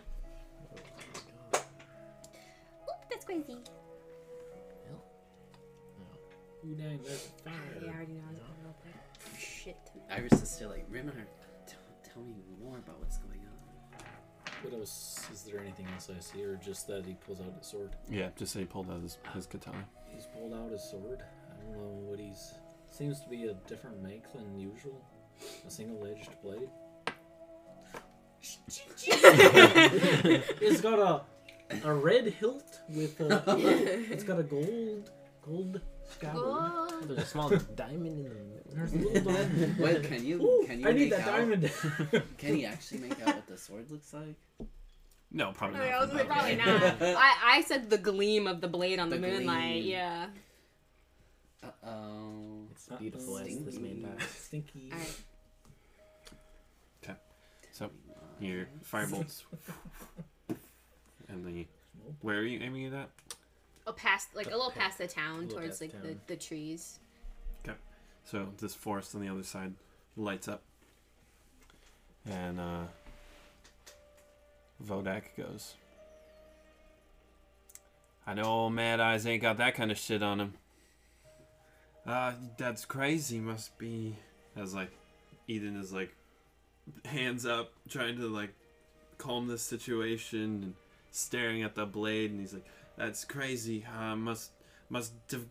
F: Oop, that's crazy.
C: Ooh, dang, there's a fire.
F: Yeah, I already know I was gonna roll play. Shit.
D: Iris is still like, Rimmer, tell, tell me more about what's going on.
C: What else? Is there anything else I see, or just that he pulls out his sword?
A: Yeah, just say he pulled out his, his katana.
C: He's pulled out his sword. I don't know what he's. Seems to be a different make than usual. A single edged
D: (laughs)
C: blade. it's got a a red hilt with a. It's got a gold gold scabbard.
F: Oh,
E: There's a small (laughs) diamond in the middle.
C: There's a little diamond. (laughs)
D: Wait, (laughs) can you
C: Ooh,
D: can you
C: I
D: make
C: need that
D: out? (laughs)
C: diamond.
D: Can you actually make out what the sword looks like?
A: No,
F: I
A: probably
F: mean, I was
A: not.
F: like, probably not. I, I said the gleam of the blade on the,
D: The
F: moonlight.
D: gleam.
F: Yeah.
D: Uh oh.
E: (laughs) It's beautiful as this man dies.
C: Stinky.
F: All right.
A: So your
F: (laughs)
A: firebolts, and the where are you aiming it at?
F: Oh, past like a little past the town,
E: Little
F: towards
E: past
F: like the,
E: town.
F: the trees.
A: So this forest on the other side lights up, and uh, Vodak goes. I know old Mad Eyes ain't got that kind of shit on him. Uh, that's crazy. Must be. I was like, Eden is like, hands up, trying to like calm this situation and staring at the blade, and he's like, "That's crazy. Uh, must must have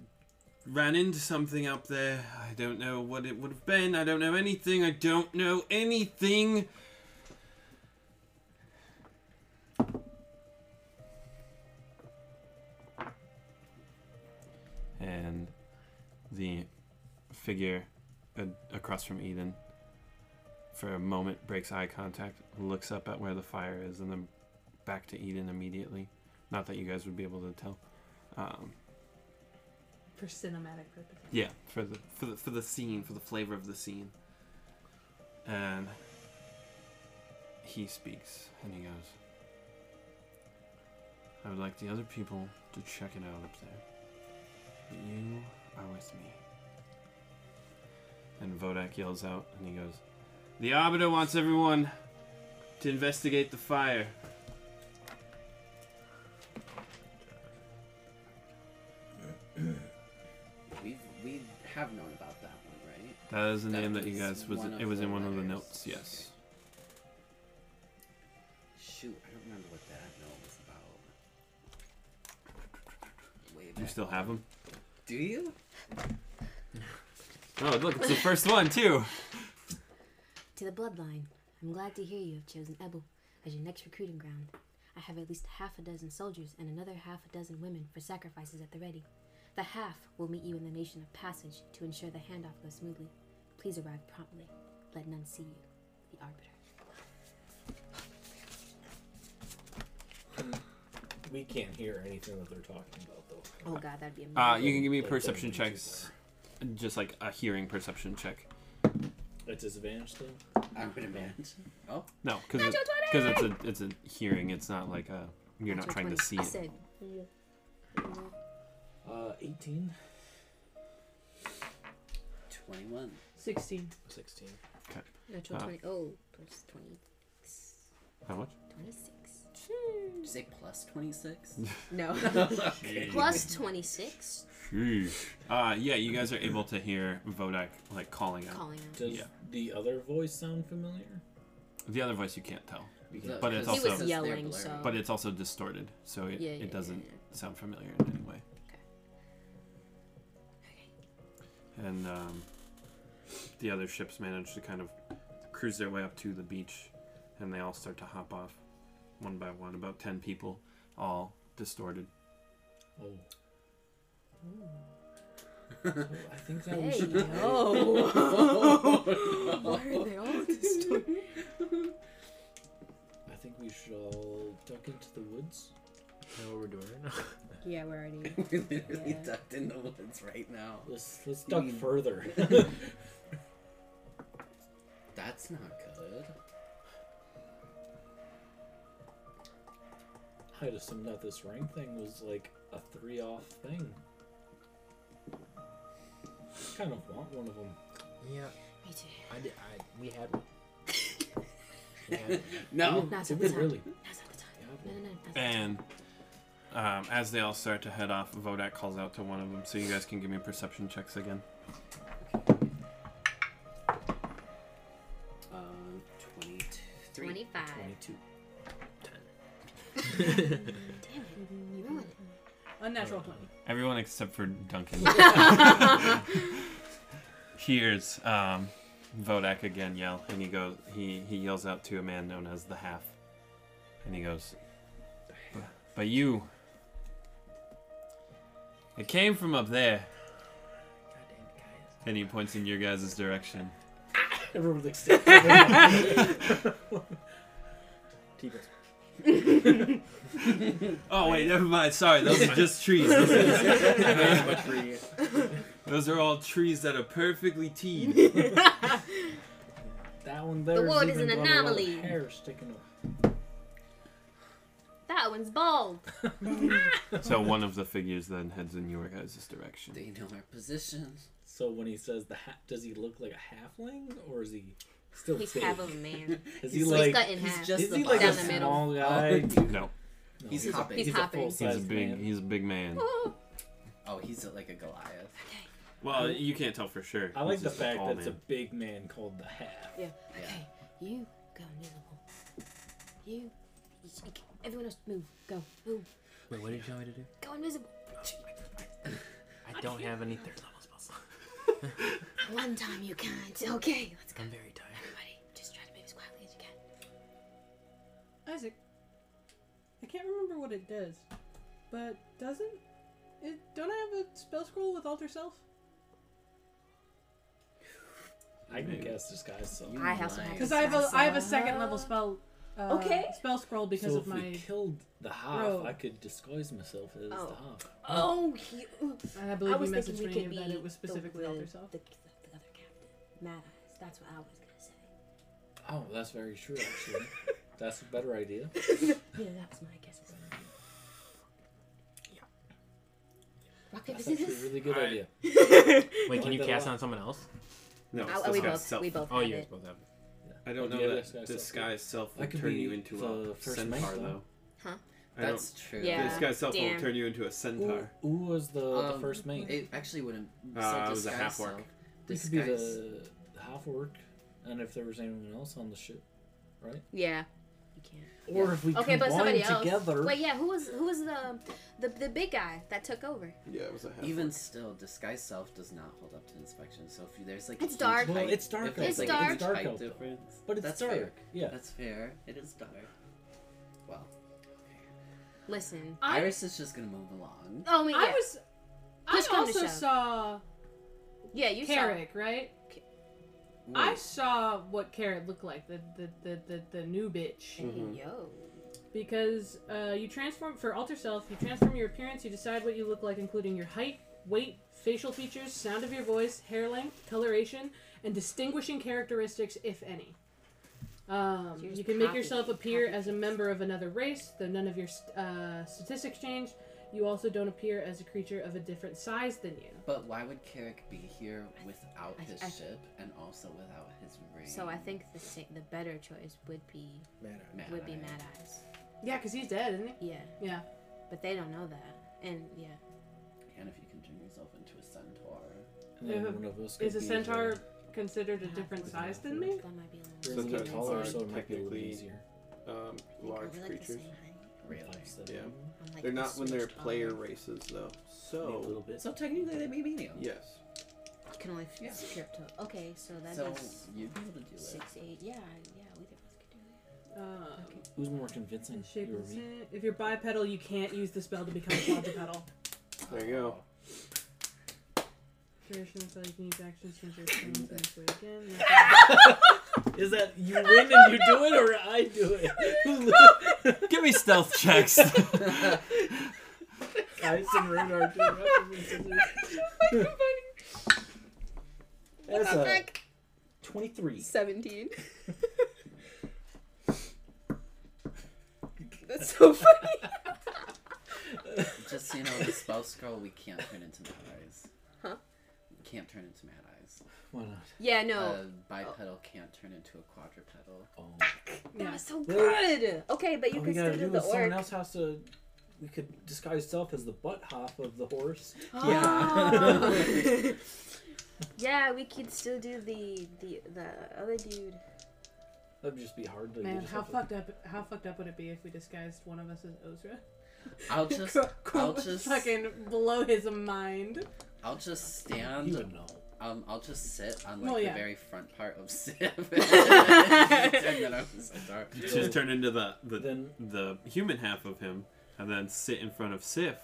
A: ran into something up there. I don't know what it would have been. I don't know anything. I don't know anything. And the figure a- across from Eden, for a moment, breaks eye contact, looks up at where the fire is, and then back to Eden immediately. Not that you guys would be able to tell. Um,
B: For cinematic purposes.
A: yeah, for the for the for the scene, for the flavor of the scene. And he speaks and he goes I would like the other people to check it out up there. But you are with me. And Vodak yells out and he goes, The Arbiter wants everyone to investigate the fire.
D: We we have known about that one, right?
A: That is the
D: That
A: name that you
D: is
A: guys was
D: one of
A: it was
D: the
A: in one of the
D: letters.
A: notes, yes.
D: Shoot, I don't remember what that note was about. Way
A: You
D: back
A: still have them?
D: Do you?
A: Oh look, it's the first one too.
F: To the bloodline. I'm glad to hear you have chosen Ebel as your next recruiting ground. I have at least half a dozen soldiers and another half a dozen women for sacrifices at the ready. The half will meet you in the nation of passage to ensure the handoff goes smoothly. Please arrive promptly. Let none see you. The Arbiter.
C: We can't hear anything that they're talking about though.
F: Oh god, that'd be amazing.
A: Uh, you can give me
C: Like,
A: perception
C: they're
A: checks, just like a hearing perception check.
C: At disadvantage though.
D: I'm gonna manage. Oh,
A: No, because
F: Natural
A: because it's a it's a hearing. It's not like a you're not
F: Natural
A: trying to
F: 20.
A: see
F: I
A: it.
F: said,
C: Uh, 18.
D: 21.
B: 16.
E: 16.
F: natural
A: Ah.
F: 20. Oh, plus 20.
A: How much?
F: 26.
D: Did you say
A: (laughs)
D: plus 26?
F: No.
D: Okay.
F: (laughs) plus 26.
A: Sheesh. Uh, yeah, you guys are able to hear Vodak like calling out.
F: Calling out.
C: Does
A: Yeah.
C: the other voice sound familiar?
A: The other voice you can't tell,
D: No,
A: But it's
D: because
A: also-
D: they're (laughs)
F: yelling,
D: blurry.
F: so-
A: but it's also distorted, so it,
F: Yeah, yeah,
A: it doesn't
F: yeah,
A: sound familiar in any way.
F: Okay.
A: And um, the other ships manage to kind of cruise their way up to the beach, and they all start to hop off, one by one. About ten people, all distorted.
C: Oh. So I think that we
F: Hey, (laughs)
C: should.
F: yo. Why are they all distorted?
C: I think we should all duck into the woods.
E: You know what we're doing right now?
F: Yeah, we're already.
D: We're
F: (laughs)
D: literally
F: Yeah.
D: ducked in the woods right now.
C: Let's let's duck
D: mean-
C: further. (laughs)
D: That's not good.
C: I'd assumed that this rank thing was like a three off thing. I kind of want one of them.
E: (laughs) Yeah,
F: Me too.
E: I did. I, we had (laughs) one. We (laughs) had one.
D: No.
F: Now's
C: Did
F: not
C: we
F: the time.
C: really?
F: Now's not the time.
C: Yeah, (laughs)
F: No,
C: well,
F: no, no. now's not the time.
A: And um, as they all start to head off, Vodak calls out to one of them, so you guys can give me perception checks again.
D: Um, 23.
F: 25.
C: 22.
F: Damn it. You ruined it.
B: Unnatural 20.
A: Everyone except for Duncan (laughs) hears um, Vodak again yell, and he goes, he he yells out to a man known as the Half, and he goes, "Bu- "But you, it came from up there."
E: Goddamn guys.
A: And he points in your guys' direction.
C: Everyone's like, "Stop."
F: (laughs)
E: T-Bus.
A: Oh wait, never mind. Sorry, those are just trees. Those
E: (laughs)
A: are, those are all trees that are perfectly
F: (laughs)
A: teed.
C: that one there.
F: world is an anomaly.
C: Hair sticking up.
F: That one's bald.
A: so one of the figures then heads in your guys' direction.
D: (laughs) They know our position.
C: So when he says the hat, does he look like a halfling or is he still
F: He's
C: big?
F: half of a man.
C: Is
D: He's
C: he
F: He's
C: like?
F: cut in
D: He's
F: half.
D: just
C: is
D: the
C: he like
F: down
C: a
F: the middle.
C: small guy?
A: No,
C: No,
D: He's
C: a-
D: hopping.
F: He's
C: a
F: hopping.
A: he's a
C: full-sized
A: big
C: man.
A: he's a big man.
F: Oh,
D: Oh, he's a, like a Goliath.
A: Well, you can't tell for sure.
C: I like
A: He's
C: the
A: just a
C: fact
A: tall
C: that it's a
A: man.
C: big man called the half.
F: yeah.
D: Yeah.
F: Okay. You go invisible. You. you- Everyone else move. Go. Move.
E: Wait, what did you tell me to do?
F: Go invisible.
E: I don't have any third level spells.
F: One time you can't. Okay, let's go.
E: I'm very tired.
F: Everybody, just try to move as quietly as you can.
B: Isaac, I can't remember what it does, but doesn't it? Don't I have a spell scroll with alter self?
C: I can
A: Maybe.
C: guess this guy's so.
D: You
F: I have some
D: liar.
F: hackers.
B: Because I have a I have a second level spell. Uh,
F: Okay.
B: Spell scroll because
C: so
B: of
C: if we
B: my.
C: killed the half,
B: robe.
C: I could disguise myself as
F: Oh.
C: the half.
F: Oh, you.
B: I
F: I
B: believe
F: was
B: you messaged
F: thinking we
B: me
F: could be
B: that it was specifically
F: the,
B: alter
F: the,
B: self.
F: the, the other captain, Mad Eyes. That's what I was gonna say.
C: Oh, that's very true. Actually, that's a better idea.
F: Yeah, that was my guess. as well.
E: Yeah.
F: Rocket,
C: That's
F: this is
C: actually
F: this.
C: a really good
A: Alright.
C: idea.
F: (laughs)
E: Wait, can
C: like
E: you
C: that a
E: cast
C: lot.
E: on someone else?
A: No,
F: Oh,
A: it's
F: we
A: disguised
F: both,
A: self.
F: we both
E: Oh,
F: have
E: you guys
F: it.
E: both have it.
A: I don't
C: Do
A: know
C: you have
A: that
C: disguised self?
A: disguise self
C: I
A: will
C: could
A: turn
C: be
A: you into
C: the
A: a
C: first
A: centaur,
C: mate, though.
A: though.
F: Huh?
A: I don't-
D: That's true.
F: Yeah.
A: Disguise self
F: damn.
A: will turn you into a centaur.
C: Who, who was the, the
D: Um,
C: first mate?
D: It actually wouldn't.
A: Uh,
D: so
A: I was a
D: disguise
A: half-orc.
D: self.
C: We could be
D: Disguise.
C: the half orc, and if there was anyone else on the ship,
F: Yeah. You can.
C: or if we
F: Okay, but
C: combined
F: somebody else.
C: together.
F: Wait, yeah. Who was who was the um, the the big guy that took over?
A: Yeah, it was a half.
D: Even still, disguise self does not hold up to inspection. So if you, there's like a
F: It's
D: huge
F: dark.
C: Well,
D: height-
C: it's dark
D: if there's,
F: It's
D: like,
F: dark.
C: It's
D: a huge
C: dark
D: height
C: out, though.
D: difference.
C: But it's
D: That's
C: dark.
D: fair.
C: Yeah.
D: That's fair. It is dark. Wow.
F: Listen.
B: I-
D: Iris is just gonna move along.
F: Oh, wait, yeah.
B: I was.
F: Push
B: I
F: come to
B: also
F: shove.
B: saw
F: yeah, you saw.
B: Carrick, right? I
D: Wait,
B: saw what Carrot looked like, the the, the, the, the new bitch.
F: Hey, yo.
B: Because uh, you transform for alter self, you transform your appearance, you decide what you look like, including your height, weight, facial features, sound of your voice, hair length, coloration, and distinguishing characteristics, if any. Um,
F: So you're
B: you
F: just
B: can make
F: copying-
B: yourself appear
F: copy
B: as a member of another race, though none of your st- uh, statistics change. You also don't appear as a creature of a different size than you.
D: But why would Carrick be here without
F: I-
D: his
F: I-
D: ship and also without his ring?
F: So I think the sa- the better choice would be
E: Mad eye.
D: Mad
F: would be
D: Eye.
F: Mad Eyes.
B: Yeah, because he's dead, isn't he?
F: Yeah,
B: Yeah.
F: but they don't know that. And yeah,
D: And if you can turn yourself into a centaur.
C: And then
F: Uh-huh.
B: If-
C: one of us could
B: Is a
C: be the-
B: centaur considered a
F: Ah,
B: different
C: with an
B: size than
C: afro.
B: me?
F: that might be a
C: we're a
F: little.
C: little bit
G: Centaurs
C: taller,
G: are
C: so it might be a little bit
G: technically-
C: easier.
G: Um, large creatures.
D: Really?
G: Yeah. They're not when they're player races though.
C: So, a
G: So
C: little bit.
D: So technically they may be medium.
G: yes.
F: You can only f-
D: Yeah.
F: see up to. Okay, so that
D: so
F: is
D: you'd be able to do it.
F: six, eight. Yeah, yeah, we could do
B: Um,
C: Who's more convincing?
B: and shape
C: You or
B: is
C: me?
B: it. If you're bipedal, you can't use the spell to become
E: (laughs)
B: quadrupedal.
G: There you go.
B: Duration spell you can use actions since you're this way
E: (laughs)
B: again.
C: Is that you win and you do it, or I do it?
A: Give me
E: (laughs)
A: stealth checks.
C: Guys and Ren are doing That's a twenty-three.
G: (laughs)
F: (laughs) Seventeen. That's so
G: (laughs)
F: funny.
D: Just so you know, the spell scroll we can't turn into mad eyes.
F: Huh?
D: We Can't turn into mad eyes.
C: Why not?
F: Yeah, no,
G: Uh,
D: A bipedal can't turn into a quadrupedal.
C: Oh.
F: that
B: Yeah.
F: was so
C: Really?
F: good. Okay, but you
C: All we
F: can
C: gotta do
F: still do the
C: is someone
F: orc. (laughs)
C: else (laughs) has to. We could disguise self as the butt hop of the horse.
G: (laughs)
F: Ah. Oh. (laughs) yeah, we could still do the the the other dude.
C: That'd just be hard to.
B: Man,
C: just
B: how
C: have to-
B: fucked up? How fucked up would it be if we disguised one of us as Ozra?
C: (laughs)
B: (laughs)
D: I'll just, I'll just,
B: fucking blow his mind.
D: I'll just
C: You
D: stand.
C: would know.
D: Um, I'll just sit on like
B: Well, yeah.
D: the very front part of (laughs)
F: (laughs)
D: Civ. and then I'm so dark.
A: Just turn into the the,
C: Then
A: the human half of him, and then sit in front of Sif.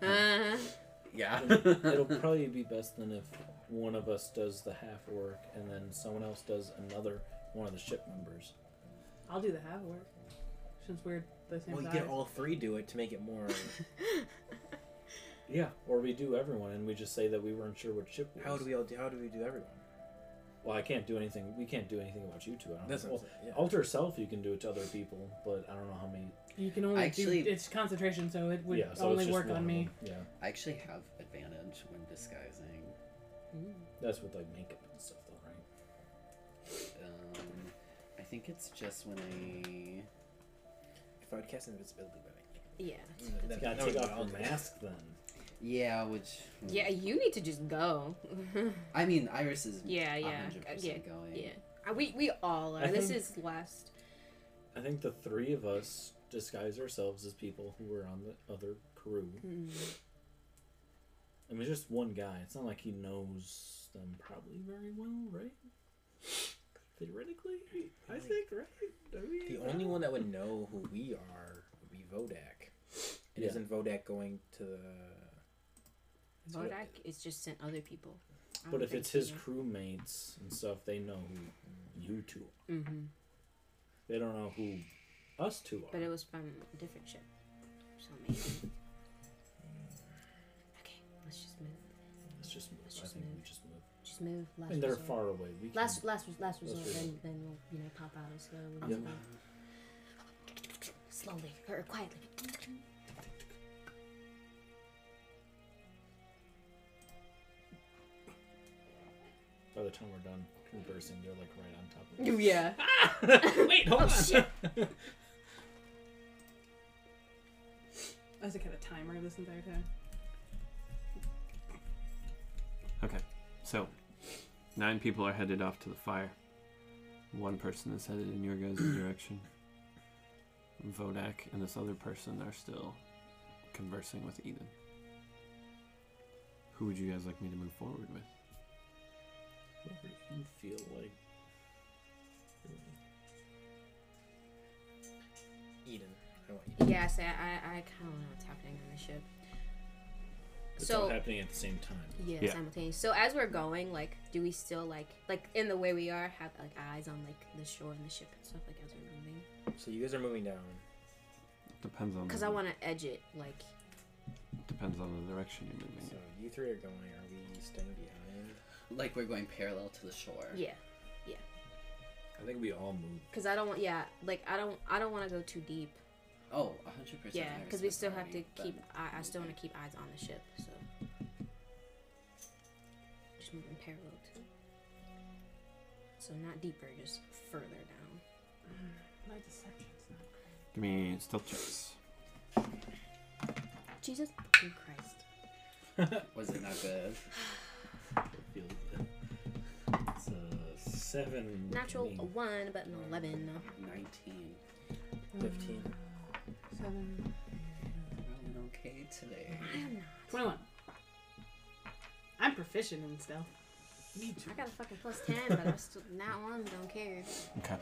F: Uh,
D: Yeah. (laughs)
C: it'll probably be best then if one of us does the half orc and then someone else does another one of the ship members.
B: I'll do the half work. Since we're the same
E: Well, you
B: size.
E: get all three do it to make it
C: (laughs)
E: more.
C: Yeah. Or we do everyone and we just say that we weren't sure what ship was.
E: how do we all do? How do we do everyone?
C: Well, I can't do anything. We can't do anything about you two. I don't
E: That's
C: know.
E: what I'm
C: Well,
E: saying, yeah.
C: Alter self, you can do it to other people, but I don't know how many.
B: you can only
D: Actually-
B: do. It's concentration, so it would
C: yeah, so
B: only
C: it's just
B: work
C: one
B: on
C: of
B: me.
C: them. Yeah,
D: I actually have advantage when disguising.
C: that's with like makeup and stuff, though, right?
D: Um, I think it's just when I.
E: If I'd cast invisibility, but
F: yeah.
E: I then
C: You gotta
E: that
C: take
E: would be
C: off
E: all
C: your
E: good.
C: mask then.
D: Yeah, which.
F: Yeah, you need to just go. (laughs)
D: I mean, Iris is.
F: yeah, yeah,
D: 100%
F: yeah,
D: going.
F: yeah. Uh, We we all are.
C: I (laughs)
F: this
C: think-
F: is last.
C: I think the three of us disguise ourselves as people who were on the other crew.
F: Hmm.
C: I mean, just one guy. It's not like he knows them probably very well, right? Theoretically, I think, right? I mean,
E: The only one that would know who we are would be Vodak. And
C: Yeah.
E: isn't Vodak going to the. what-
F: Vodak is just sent other people. I
C: But
F: don't
C: if
F: think
C: it's
F: he
C: his
F: knows.
C: crewmates and stuff, they know who you two are.
F: Mhm.
C: They don't know who us two are.
F: But it was from a different ship, so maybe. okay, let's just move.
C: Let's just move.
F: Let's
C: I
F: just
C: think
F: move.
C: we just move.
F: Just move. Last
C: I mean, they're
F: resort.
C: far away. We can,
F: Last last last resort,
C: resort.
F: then then we'll you know pop out and slowly,
C: Yep. (laughs)
F: slowly or quietly.
C: by the time we're done conversing, they're like right on top
F: (laughs)
C: of us. (laughs)
F: Yeah.
C: Wait,
F: (laughs)
C: hold on.
B: I was like had a timer this entire time.
A: So, nine people are headed off to the fire. One person is headed in your guys' direction. Vodak and this other person are still conversing with Eden. Who would you guys like me to move forward with?
C: Whatever you feel like.
E: Eden. I want Eden.
F: Yeah, so I, I, I kind of know what's happening on the ship.
C: It's
F: So-
C: all happening at the same time.
F: Yeah,
A: Yeah.
F: simultaneous. So as we're going, like, do we still like, like in the way we are, have like eyes on like the shore and the ship and stuff, like as we're moving?
E: So you guys are moving down.
A: Depends on.
F: Because
A: the,
C: Mm-hmm.
F: I want to edge it, like,
A: Depends on the direction you're moving.
E: So you three are going. Are we staying behind?
D: Like we're going parallel to the shore.
F: yeah,
C: I think we all move.
F: because I don't want, yeah, like I don't, I don't want to go too deep.
D: Oh, 100%.
F: Yeah,
D: Iris
F: because we
D: has
F: still have to
D: already
F: keep,
D: been
F: I, I still want
D: moving.
F: to keep eyes on the ship, so just moving parallel to. So not deeper, just further down.
B: My deception's not great.
A: Give me stealth checks.
F: Jesus fucking Christ.
D: Was it not good?
C: Feel it's a seven.
F: Natural
C: I mean,
F: a one, but an eleven.
D: 19.
E: 15.
B: Seven.
D: Rolling okay today.
F: I am not.
B: Twenty-one. I'm proficient in stealth.
F: oh, I got a fucking plus ten, but I'm still (laughs) not one. Don't care.
A: Okay.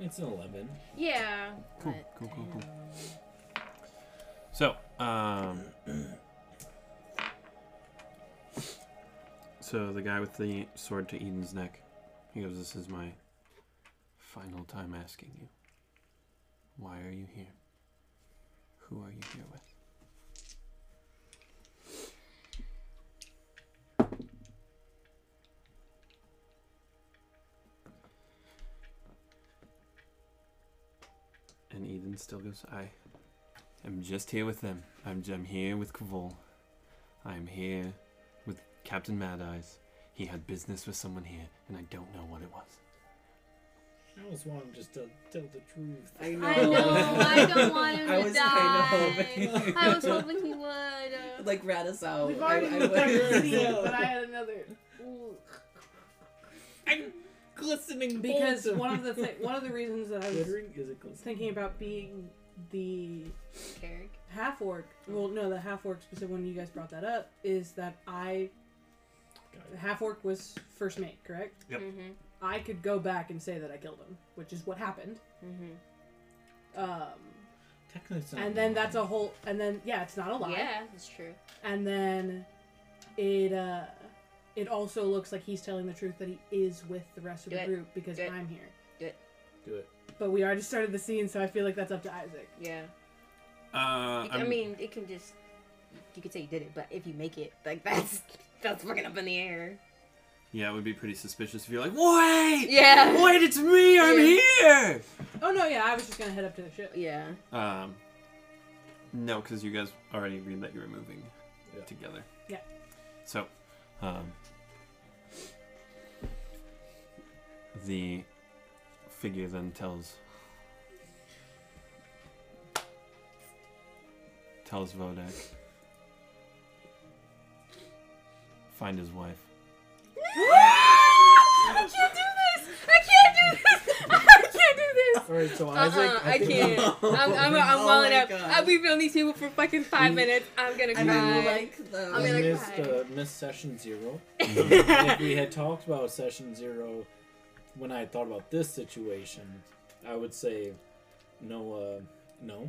C: It's an eleven.
F: Yeah.
A: Cool,
F: but
A: cool, cool,
F: I
A: cool.
F: am-
A: So, um, so the guy with the sword to Eden's neck, he goes, "This is my final time asking you. Why are you here? Who are you here with?" And Eden still goes, "I." I'm just here with them. I'm, I'm here with Cavol. I'm here with Captain Mad Eyes. He had business with someone here, and I don't know what it was.
C: I always want him just to tell the truth.
D: I know.
F: I know. I don't want him
D: I
F: to
D: was
F: die.
D: kind of hoping.
F: I was hoping he would.
D: (laughs) Like, rat us out.
B: We've already
D: Oh, I, I
B: looked at
D: would-
B: your
D: (laughs)
B: video, but I (laughs) had another. Ooh.
D: I'm glistening
B: Because
D: gold.
B: one of the thi- one of the reasons that I was
C: Glittering is a glistening.
B: thinking about being the
F: Carrick.
B: half orc. Well, no, the half orc specific when you guys brought that up is that I the half orc was first mate, correct?
A: Yep.
F: Mhm.
B: I could go back and say that I killed him, which is what happened.
F: Mhm.
B: Um,
C: Technically, it's not
B: and then
C: a
B: that's a
C: lie.
B: whole. And then yeah, it's not a lie.
F: Yeah, that's true.
B: And then it uh, it also looks like he's telling the truth that he is with the rest of
F: Do
B: the
F: it.
B: group because
F: Do it.
B: I'm here.
C: Do it.
B: But we already started the scene, so I feel like that's up to Isaac.
F: Yeah.
A: Uh,
F: I mean, it can just. You could say you did it, but if you make it, like that's (laughs) that's fucking up in the air.
A: yeah, it would be pretty suspicious if you're like, wait, (laughs)
F: Yeah.
A: wait, it's me, I'm
F: Yeah.
A: here.
B: Oh no, yeah, I was just gonna head up to the ship.
F: Yeah.
A: Um, no, because you guys already agreed that you were moving
C: Yeah.
A: together.
B: Yeah.
A: So, um, the figure then tells tells Vodek find his wife.
B: Ah!
F: I can't do this! I can't do this! I can't do this!
C: All right, so Isaac,
F: Uh-uh,
C: I,
F: I
C: think-
F: can't. (laughs) I'm, I'm, I'm
D: Oh
F: walling
D: my
F: up.
D: God.
F: I'll be on these people for fucking five
C: We-
F: minutes. I'm gonna
D: I mean,
F: cry.
D: like, the.
F: I mean, like,
C: missed,
F: why?
C: uh, missed session
F: (laughs)
C: zero. if we had talked about session zero when I thought about this situation, I would say no, uh, no.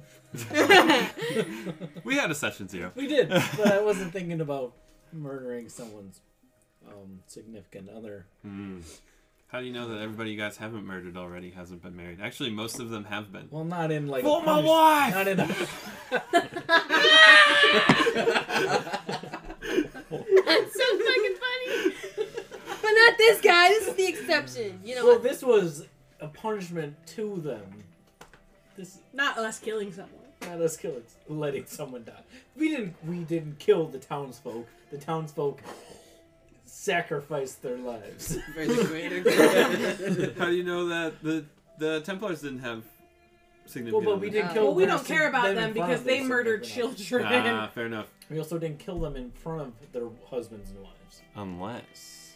A: We had a session zero.
C: We did, but I wasn't thinking about murdering someone's um, significant other.
A: Hmm. How do you know that everybody you guys haven't murdered already hasn't been married? Actually, most of them have been.
C: Well, not in like. a
A: For my
C: punish-
A: wife!
C: Not
B: (laughs)
C: in a.
F: That's so fucking funny! But not this guy. This is the exception. You know
C: Well,
F: what?
C: this was a punishment to them. This
B: Not us killing someone.
C: not us killing, letting someone die. We didn't. We didn't kill the townsfolk. The townsfolk sacrificed their lives.
D: (laughs) For the greater
F: (laughs)
D: good.
A: How do you know that the the Templars didn't have
C: Well,
A: significant?
C: but we didn't
F: Uh,
C: kill.
B: well, we
C: them
B: don't care about
C: in
B: them
C: front
B: because
C: of their
B: they murdered
C: significant other.
B: children. (laughs)
C: (laughs)
A: Ah, fair enough.
C: We also didn't kill them in front of their husbands and wives,
A: Unless.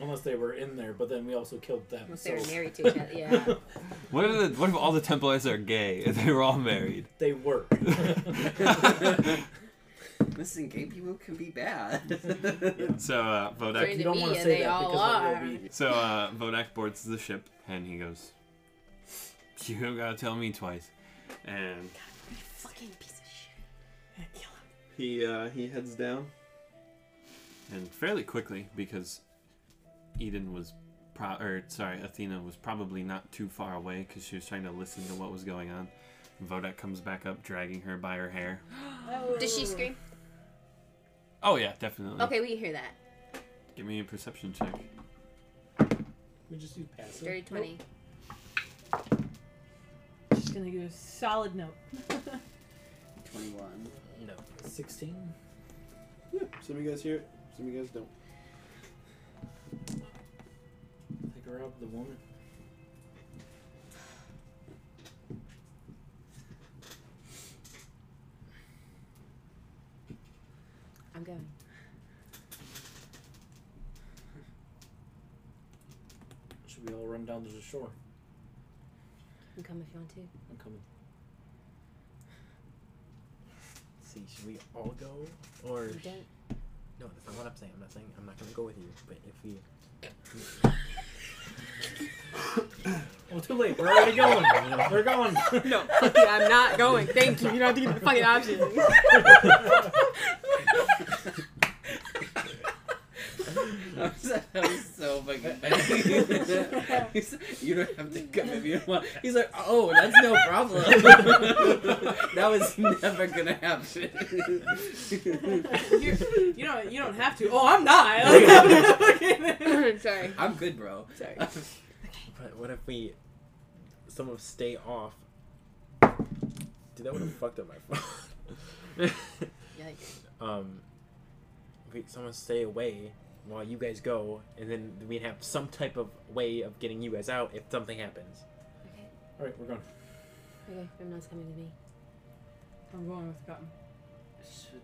C: unless they were in there. But then we also killed them.
F: Unless
C: so
F: they were married to each other. Yeah.
A: What if, the, what if all the Templars are gay and they were all
C: (laughs)
A: married?
C: They were.
D: Listen, gay people can be bad.
A: So uh,
F: Great.
A: Vodak,
C: you don't
F: be,
C: want to
F: and
C: say
F: they
C: that
F: all
C: because then
F: are.
C: you'll be.
A: so uh, Vodak boards the ship and he goes, "You don't gotta tell me twice." And
F: Fucking piece of shit.
G: He uh, he heads down.
A: and fairly quickly because Eden was, pro- or sorry, Athena was probably not too far away because she was trying to listen to what was going on. Vodak comes back up, dragging her by her hair.
F: Does she scream?
A: Oh yeah, definitely.
F: Okay, we can hear that.
A: Give me a perception check.
C: We just do passive.
F: Dirty 20.
B: She's gonna give a solid note. (laughs)
D: 21.
E: No.
C: 16.
G: Yeah, some of you guys hear it, some of you guys don't.
C: Pick her up, the woman.
F: I'm going.
C: Should we all run down to the shore?
F: You can come if you want to.
C: I'm coming.
E: See, should we all go? Or
F: You don't.
E: no, that's not what I'm saying. I'm not saying I'm not gonna go with you. But if we,
C: Well, Oh, too late. We're already going. We're (laughs) going.
F: No, fuck you, I'm not going. Thank you. You don't have to give me the fucking option.
D: (laughs) That was, that was so fucking bad. (laughs) He's- you don't have to come if you don't want. He's like, oh, that's no problem. (laughs) that was never gonna (laughs) happen.
B: You're, you don't. You don't have to. Oh, I'm not. (laughs) Like,
F: (laughs) Sorry.
D: I'm good, bro. (laughs)
F: Sorry.
E: but what if we, some of stay off? Dude, that would have fucked up my phone.
F: Yikes.
E: (laughs) um, we, someone stay away while you guys go, and then we'd have some type of way of getting you guys out if something happens.
F: Okay.
C: All right, we're going.
F: Okay, Remnant's coming with me.
B: I'm going with Cotton.
D: Should-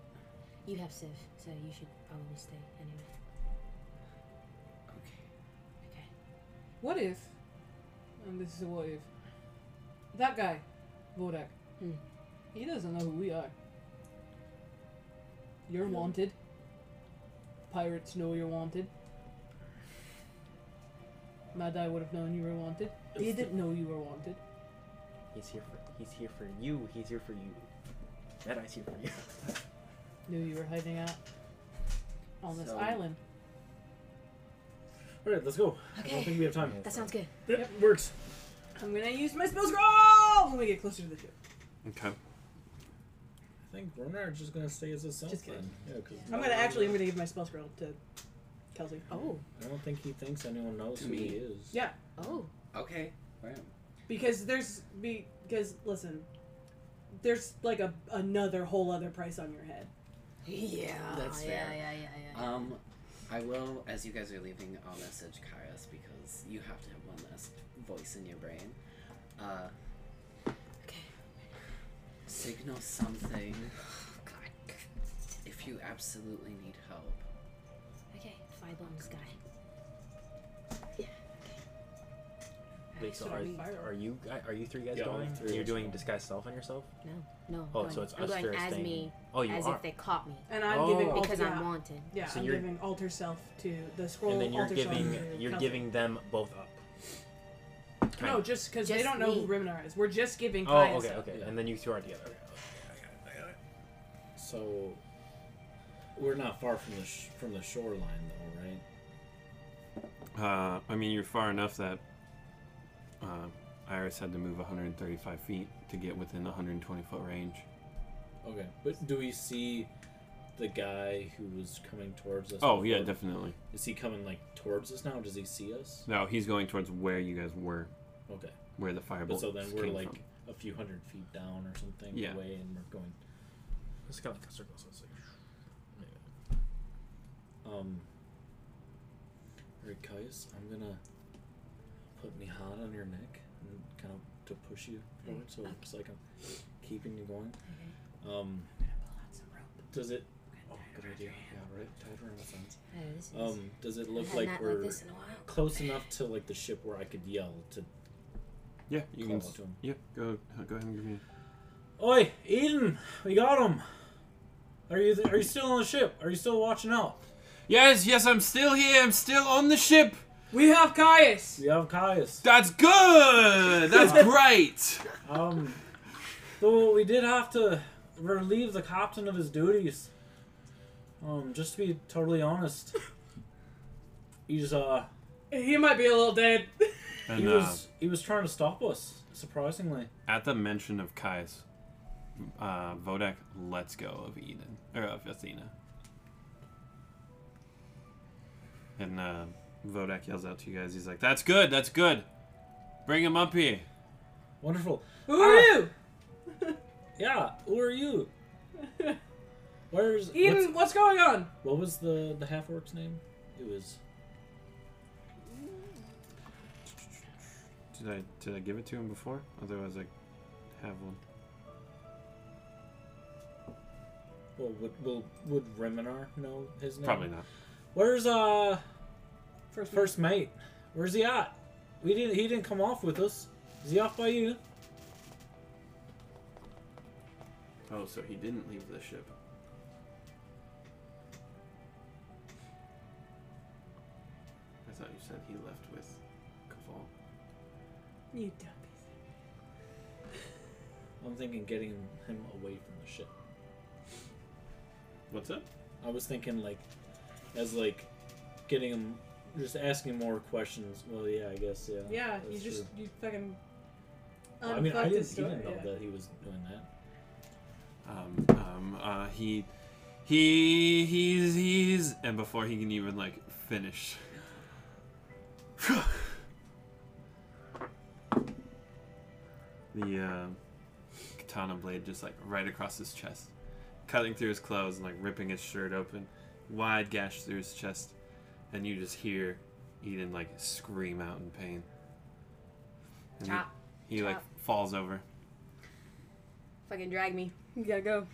F: You have Civ, so you should probably stay anyway.
D: okay.
F: Okay.
B: What if? And this is a what if. That guy, Vodak.
F: Hmm.
B: He doesn't know who we are. You're wanted. Pirates know you're wanted. Mad Eye would have known you were wanted. They didn't know you were wanted.
E: He's here for he's here for you. He's here for you. That eye's here for (laughs) you.
B: Knew you were hiding out on this
D: So-
B: island.
C: All right, let's go. I don't
F: Okay.
C: think we have time.
F: That sounds good.
C: Yep, works.
B: I'm gonna use my spell scroll when we get closer to the ship.
A: Okay.
C: I think Renard's just gonna stay as a self.
B: Just
C: then. Yeah, 'cause
B: I'm gonna actually. I'm gonna give my spell scroll to Kelsey.
F: Oh.
C: I don't think he thinks anyone knows
D: To
C: who
D: me.
C: he is.
B: Yeah.
F: Oh.
D: Okay. Right.
B: Because there's because listen, there's like a another whole other price on your head.
F: Yeah.
D: That's
F: yeah,
D: fair.
F: yeah, yeah, yeah, yeah.
D: Um, I will, as you guys are leaving, I'll message Kairos because you have to have one last voice in your brain. Uh,
F: Okay.
D: signal something
F: (sighs) Oh, God.
D: if you absolutely need help.
F: Okay. Five on this guy. Yeah. Okay.
E: Wait, so
B: so
E: are,
B: we-
E: are you guy- are you three guys
C: Yeah,
E: going?
C: all three of
E: You're
C: us
E: doing
C: going.
E: disguise self on yourself?
F: No.
E: Oh,
F: I'm
E: so
F: going-
E: it's
F: I'm
E: us
F: going
E: first
F: as
E: thing.
F: me,
E: Oh, you
F: as
E: are.
F: if they caught me
B: And I'm
E: Oh.
B: giving alter,
F: because
B: yeah,
F: I'm wanted.
B: yeah,
E: So
B: I'm
E: you're-
B: giving alter self to the scroll.
E: and then you're
B: alter
E: giving
B: self to
E: you're
B: Kelsey.
E: giving them both up. Kind
B: no,
E: of.
B: just because they
F: Just
B: don't know who
F: me.
B: Rimnar is. We're just giving.
E: Oh,
B: Kaya
E: okay,
B: stuff.
E: okay.
C: yeah.
E: And then you two are together. Okay.
C: So we're not far from the sh- from the shoreline, though, right?
A: Uh, I mean, you're far enough that uh, Iris had to move 135 feet to get within 120 foot range.
C: Okay, but do we see the guy who was coming towards us?
A: Oh yeah,
C: before?
A: definitely.
C: Is he coming like towards us now? Does he see us?
A: No, he's going towards where you guys were,
C: Okay,
A: where the
C: but
A: fireball.
C: so then we're
A: came
C: like
A: from.
C: a few hundred feet down or something
A: Yeah.
C: away, and we're going.
E: It's kind of like a circle, so it's like.
C: Um, all right, Caius, I'm gonna put me hot on your neck and kind of to push you forward, so it's like I'm keeping you going. Um, does it? Oh, good idea. Yeah, right. Tied around the fence.
F: Oh, this is-
C: Um, does it
F: I
C: look
F: have
C: like
F: not
C: we're
F: like this in a while.
C: close enough to like the ship where I could yell to
A: yeah, you
C: call
A: can.
C: out to him?
A: Yeah, go uh, go ahead and give me.
C: Oi, Eden, we got him. Are you are you still on the ship? Are you still watching out?
A: Yes, yes, I'm still here. I'm still on the ship.
B: We have Caius.
C: We have Caius.
A: That's good. That's great.
C: Um, Though we did have to relieve the captain of his duties. Um, just to be totally honest, he's uh,
B: He might be a little dead. (laughs)
C: he
A: And uh,
C: was he was trying to stop us. Surprisingly,
A: at the mention of Kai's, uh, Vodek lets go of Eden or of Athena. And uh, Vodek yells out to you guys. He's like, "That's good. That's good. Bring him up here."
C: wonderful.
B: Who are
C: Ah.
B: you?
C: Yeah, who are you? Where's what's-
B: Eden, what's going on?
C: what was the the half orc's name? It was
A: Did I did I give it to him before? Otherwise, I have one.
C: well, would will, would Reminar know his name?
A: Probably not.
C: Where's uh
B: First,
C: first mate? Where's he at? We didn't. He didn't come off with us. Is he off by you?
G: Oh, so he didn't leave the ship. I thought you said he left with Caval.
B: You dumb
C: I'm thinking getting him away from the ship.
G: What's up?
C: I was thinking like, as like, getting him, just asking more questions. Well, yeah, I guess yeah.
B: Yeah, you
C: that's
B: just
C: true.
B: you fucking.
C: Well, I mean,
B: unfucked
C: I didn't,
B: his
C: he didn't know
B: story, yeah.
C: that he was doing that.
A: Um, um, uh, he, he, he's, he's, and before he can even like finish, (laughs) the uh, katana blade just like right across his chest, cutting through his clothes and like ripping his shirt open, wide gash through his chest, and you just hear Eden like scream out in pain. And he-
F: Chop.
A: he, like
F: chop.
A: falls over.
F: Fucking drag me. You gotta go.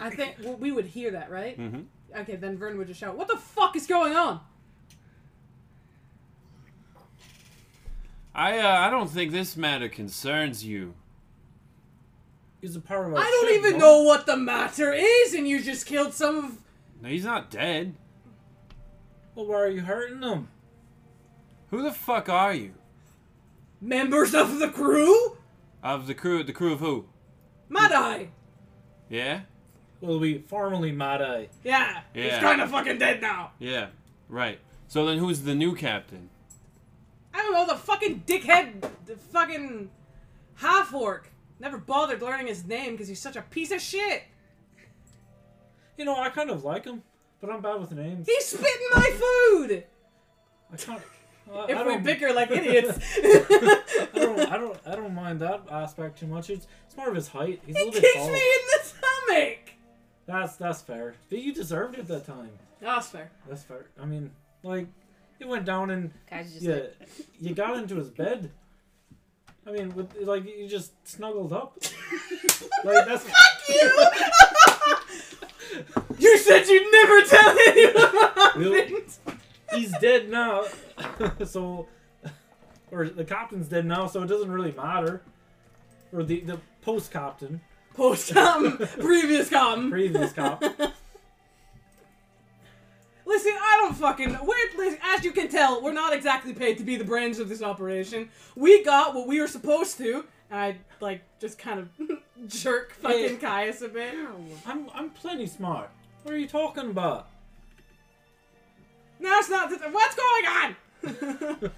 B: I
C: (laughs)
B: think well, we would hear that, right?
A: Mm-hmm.
B: Okay, then Vern would just shout, "What the fuck is going on?"
A: I uh, I don't think this matter concerns you.
C: He's a part of our
B: I don't
C: ship,
B: even
C: no?
B: know what the matter is, and you just killed some of.
A: No, he's not dead.
C: Well, why are you hurting him?
A: Who the fuck are you?
B: members of the crew?
A: Of the crew, the crew of who?
B: Madai!
A: Yeah,
C: Well, we formerly uh, Madai.
B: Yeah, he's
A: Yeah.
B: kind of fucking dead now.
A: yeah, right. So then, who's the new captain?
B: I don't know, the fucking dickhead, the fucking half orc. Never bothered learning his name because he's such a piece of shit.
C: You know, I kind of like him, but I'm bad with names.
B: He's spitting my food! (laughs)
C: I can't. I, I
B: If we
C: don't,
B: bicker
C: (laughs)
B: like idiots.
C: I don't, I don't, I don't mind that aspect too much. It's, it's more of his height. He's a
B: he
C: little bit
B: kicks
C: tall.
B: me in the stomach!
C: That's that's fair. But you deserved it that time.
B: Oh, that's fair.
C: That's fair. I mean, like, he went down and
F: Guys, just
C: yeah,
F: like,
C: you got into his bed. I mean, with like you just snuggled
F: (laughs)
C: up. like that's
B: You! you (laughs) said you'd never tell anyone what
C: Really?
B: happened!
C: he's dead now. (laughs) so, or the captain's dead now, so it doesn't really matter. Or the the post captain,
B: Post com, previous com.
F: (laughs)
C: previous cop.
B: Listen, I don't fucking. We're, listen, as you can tell, we're not exactly paid to be the brains of this operation. We got what we were supposed to, and I like just kind of (laughs) jerk fucking Caius a bit.
C: I'm I'm plenty smart. What are you talking about?
B: No, it's not. What's going on?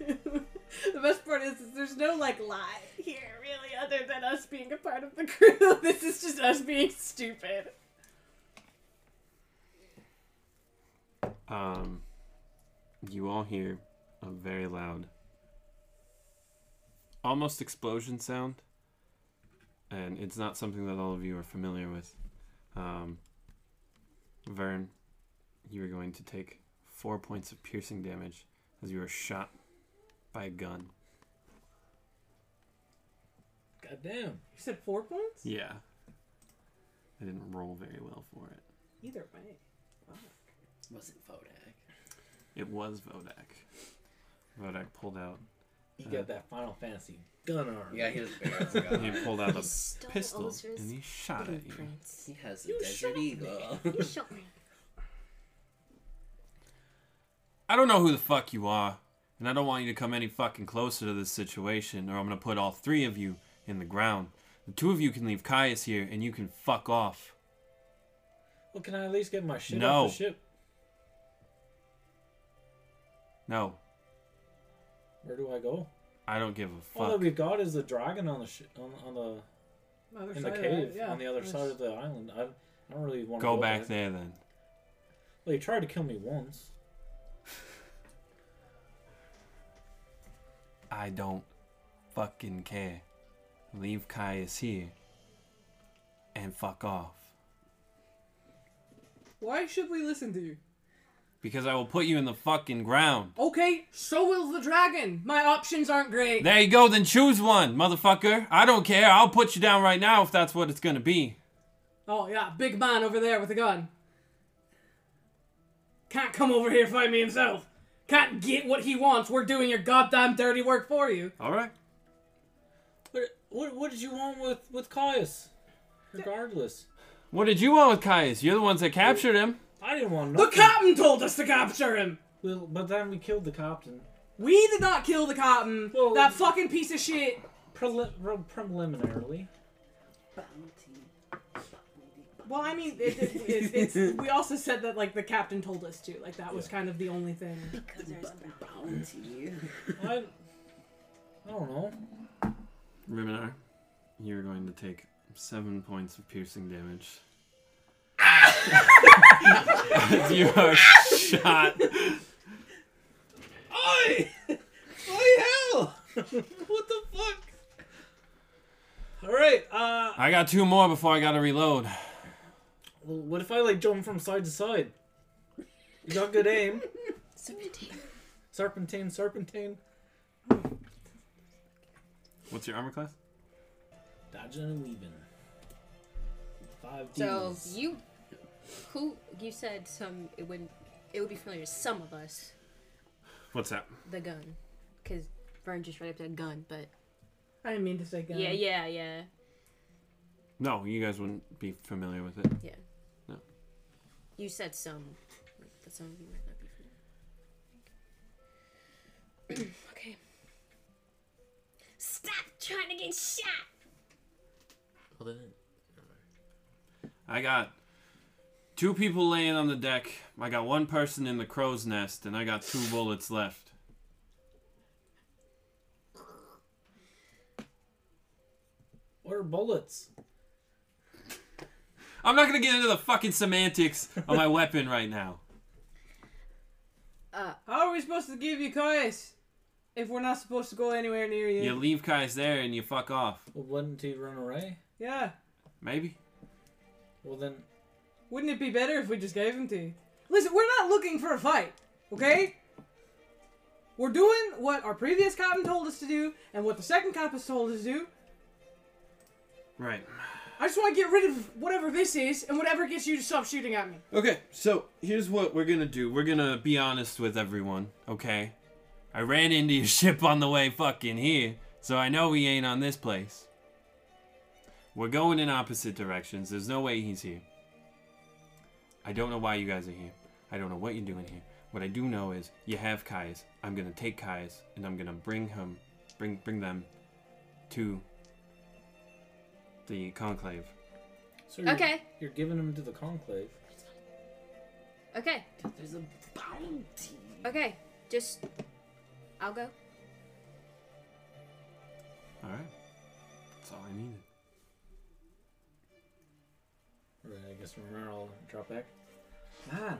B: the best part is, is there's no like lie here really other than us being a part of the
F: (laughs)
B: crew. this is just us being stupid.
A: Um, you all hear a very loud, almost explosion sound, and it's not something that all of you are familiar with. Um, Vern, you are going to take four points of piercing damage as you are shot by a gun.
C: Goddamn.
B: You said four points?
A: Yeah. I didn't roll very well for it.
B: Either way.
D: Was it Vodak?
A: It was Vodak. Vodak pulled out.
C: You got that Final Fantasy gun arm.
D: Yeah, he has a big ass gun.
A: He pulled out
F: He
A: a
F: stole
A: pistol
F: Ulcer's
A: and he shot at you.
F: Prince.
A: (laughs)
D: (laughs) He has a
F: You shot
D: desert
F: me.
D: eagle.
F: You shot me.
A: I don't know who the fuck you are, and I don't want you to come any fucking closer to this situation, or I'm gonna put all three of you in the ground. The two of you can leave Caius here, and you can fuck off.
C: Well, can I at least get my shit
A: No.
C: off the ship?
A: No,
C: Where do I go?
A: I don't give a
C: All that
A: fuck.
C: we've got is the dragon on the sh- on, on the
B: Other
C: in the
B: side of
C: cave
B: that, yeah.
C: on the other
B: There's-
C: side of the island. I, I don't really want to
A: Go back
C: there.
A: there then.
C: Well, he tried to kill me once.
A: I don't fucking care. Leave Caius here and fuck off.
B: Why should we listen to you?
A: Because I will put you in the fucking ground.
B: Okay, so will the dragon. My options aren't great.
A: There you go, then choose one, motherfucker. I don't care. I'll put you down right now if that's what it's gonna be.
B: Oh yeah, big man over there with a gun. Can't come over here find me himself. Can't get what he wants. We're doing your goddamn dirty work for you.
A: Alright.
C: What, what, what did you want with with Caius? Regardless,
A: What did you want with Caius? You're the ones that captured him.
C: I didn't want
B: The
C: nothing.
B: captain told us to capture him.
C: Well, but then we killed the captain.
B: We did not kill the captain.
C: Well-
B: that fucking piece of shit.
C: Preli- re- preliminarily.
D: Bounty.
B: Well, I mean, it, it, it, it's, we also said that like the captain told us to. Like that was kind of the only thing.
F: Because there's a
D: Bounty.
C: I, I don't know.
A: Riminar, you're going to take seven points of piercing damage. (laughs) you are shot.
C: Oi! (laughs) Oi, hell! (laughs) what the fuck? Alright, uh.
A: I got two more before I gotta reload.
C: Well, what if I, like, jump from side to side? You got good aim.
F: Serpentine.
C: Serpentine, serpentine.
A: What's your armor class?
C: Dodging and weaving. Five
F: So
C: Ds.
F: you, who you said some it would it would be familiar to some of us
A: What's that?
F: the gun, because Vern just read up that gun, but
B: I didn't mean to say gun.
F: yeah, yeah, yeah.
A: No, you guys wouldn't be familiar with it.
F: You said some, like, that some of you might not be familiar. (clears throat) okay. Stop trying to get shot.
E: Hold it in.
A: I got two people laying on the deck. I got one person in the crow's nest, and I got two bullets left.
C: What are bullets?
A: I'm not gonna get into the fucking semantics of my (laughs) weapon right now.
B: How are we supposed to give you Caius if we're not supposed to go anywhere near you?
A: You leave Kai's there and you fuck off.
C: Well, wouldn't he run away?
B: yeah.
A: Maybe.
C: Well, then.
B: Wouldn't it be better if we just gave him to you? Listen, we're not looking for a fight, okay? We're doing what our previous captain told us to do and what the second cop has told us to do.
A: Right.
B: I just want to get rid of whatever this is and whatever gets you to stop shooting at me.
A: Okay, so here's what we're gonna do. We're gonna be honest with everyone, okay? I ran into your (laughs) ship on the way fucking here, so I know he ain't on this place. We're going in opposite directions. There's no way he's here. I don't know why you guys are here. I don't know what you're doing here. What I do know is you have Kai's. I'm gonna take Kai's and I'm gonna bring him, bring bring them to the conclave.
C: So you're,
F: Okay.
C: You're giving him to the conclave.
F: Okay,
D: There's a bounty.
F: okay. Just, I'll go.
A: All right, that's all I needed.
C: Right, I guess remember I'll drop back. Man,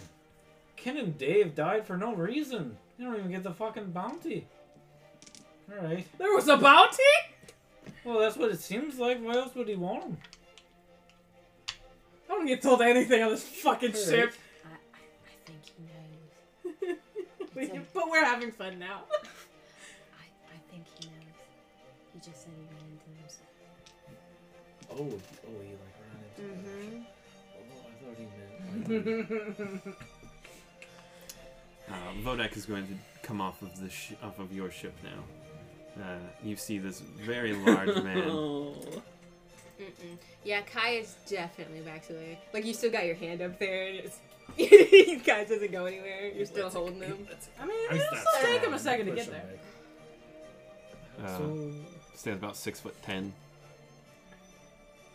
C: Ken and Dave died for no reason. They don't even get the fucking bounty. Alright.
B: There was a bounty?
C: Well, that's what it seems like. Why else would he want 'em?
B: I don't get told anything on this fucking ship.
F: I, I, I think he knows. (laughs)
B: (laughs) but we're having fun now.
F: I, I think he knows. He just said he ran into himself.
C: Oh, oh, he like
B: Mm-hmm.
C: ran into
F: Mm-hmm.
C: the other ship. Oh, I
B: (laughs)
C: thought he meant. Like,
A: Uh, Vodek is going to come off of the sh- off of your ship now, uh, you see this very large (laughs) man.
F: Mm-mm. Yeah, Kai is definitely back to there. Like you still got your hand up there, and (laughs) it's Kai doesn't go anywhere. You're still holding him.
B: I mean,
A: He's
B: it'll
A: not
B: still take
A: strong.
B: him a second to
C: Push
B: get
C: him
B: there.
C: back.
A: Uh, stands about six foot ten.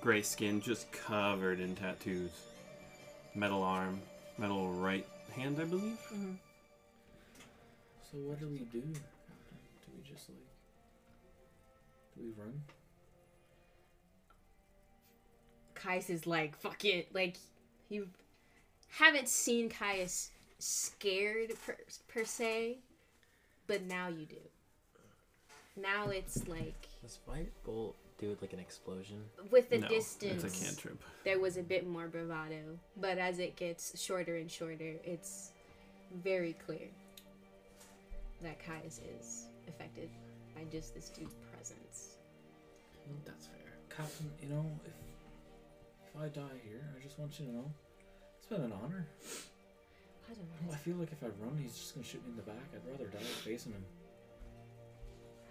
A: Gray skin, just covered in tattoos. Metal arm, metal right hand, I believe.
C: So what do we do? Do we just like do we run?
F: Kai's is like, fuck it. Like you haven't seen Kai as scared per, per se, but now you do. Now it's like
E: Does Firebolt do like an explosion?
F: with the
A: no,
F: distance.
A: it's a cantrip.
F: there was a bit more bravado. But as it gets shorter and shorter, it's very clear that Kai's is affected by just this dude's presence.
D: That's fair.
C: Captain, you know, if if I die here, I just want you to know. It's been an honor.
F: I don't
C: I
F: want
C: feel like if I run, he's just gonna shoot me in the back. I'd rather die facing him.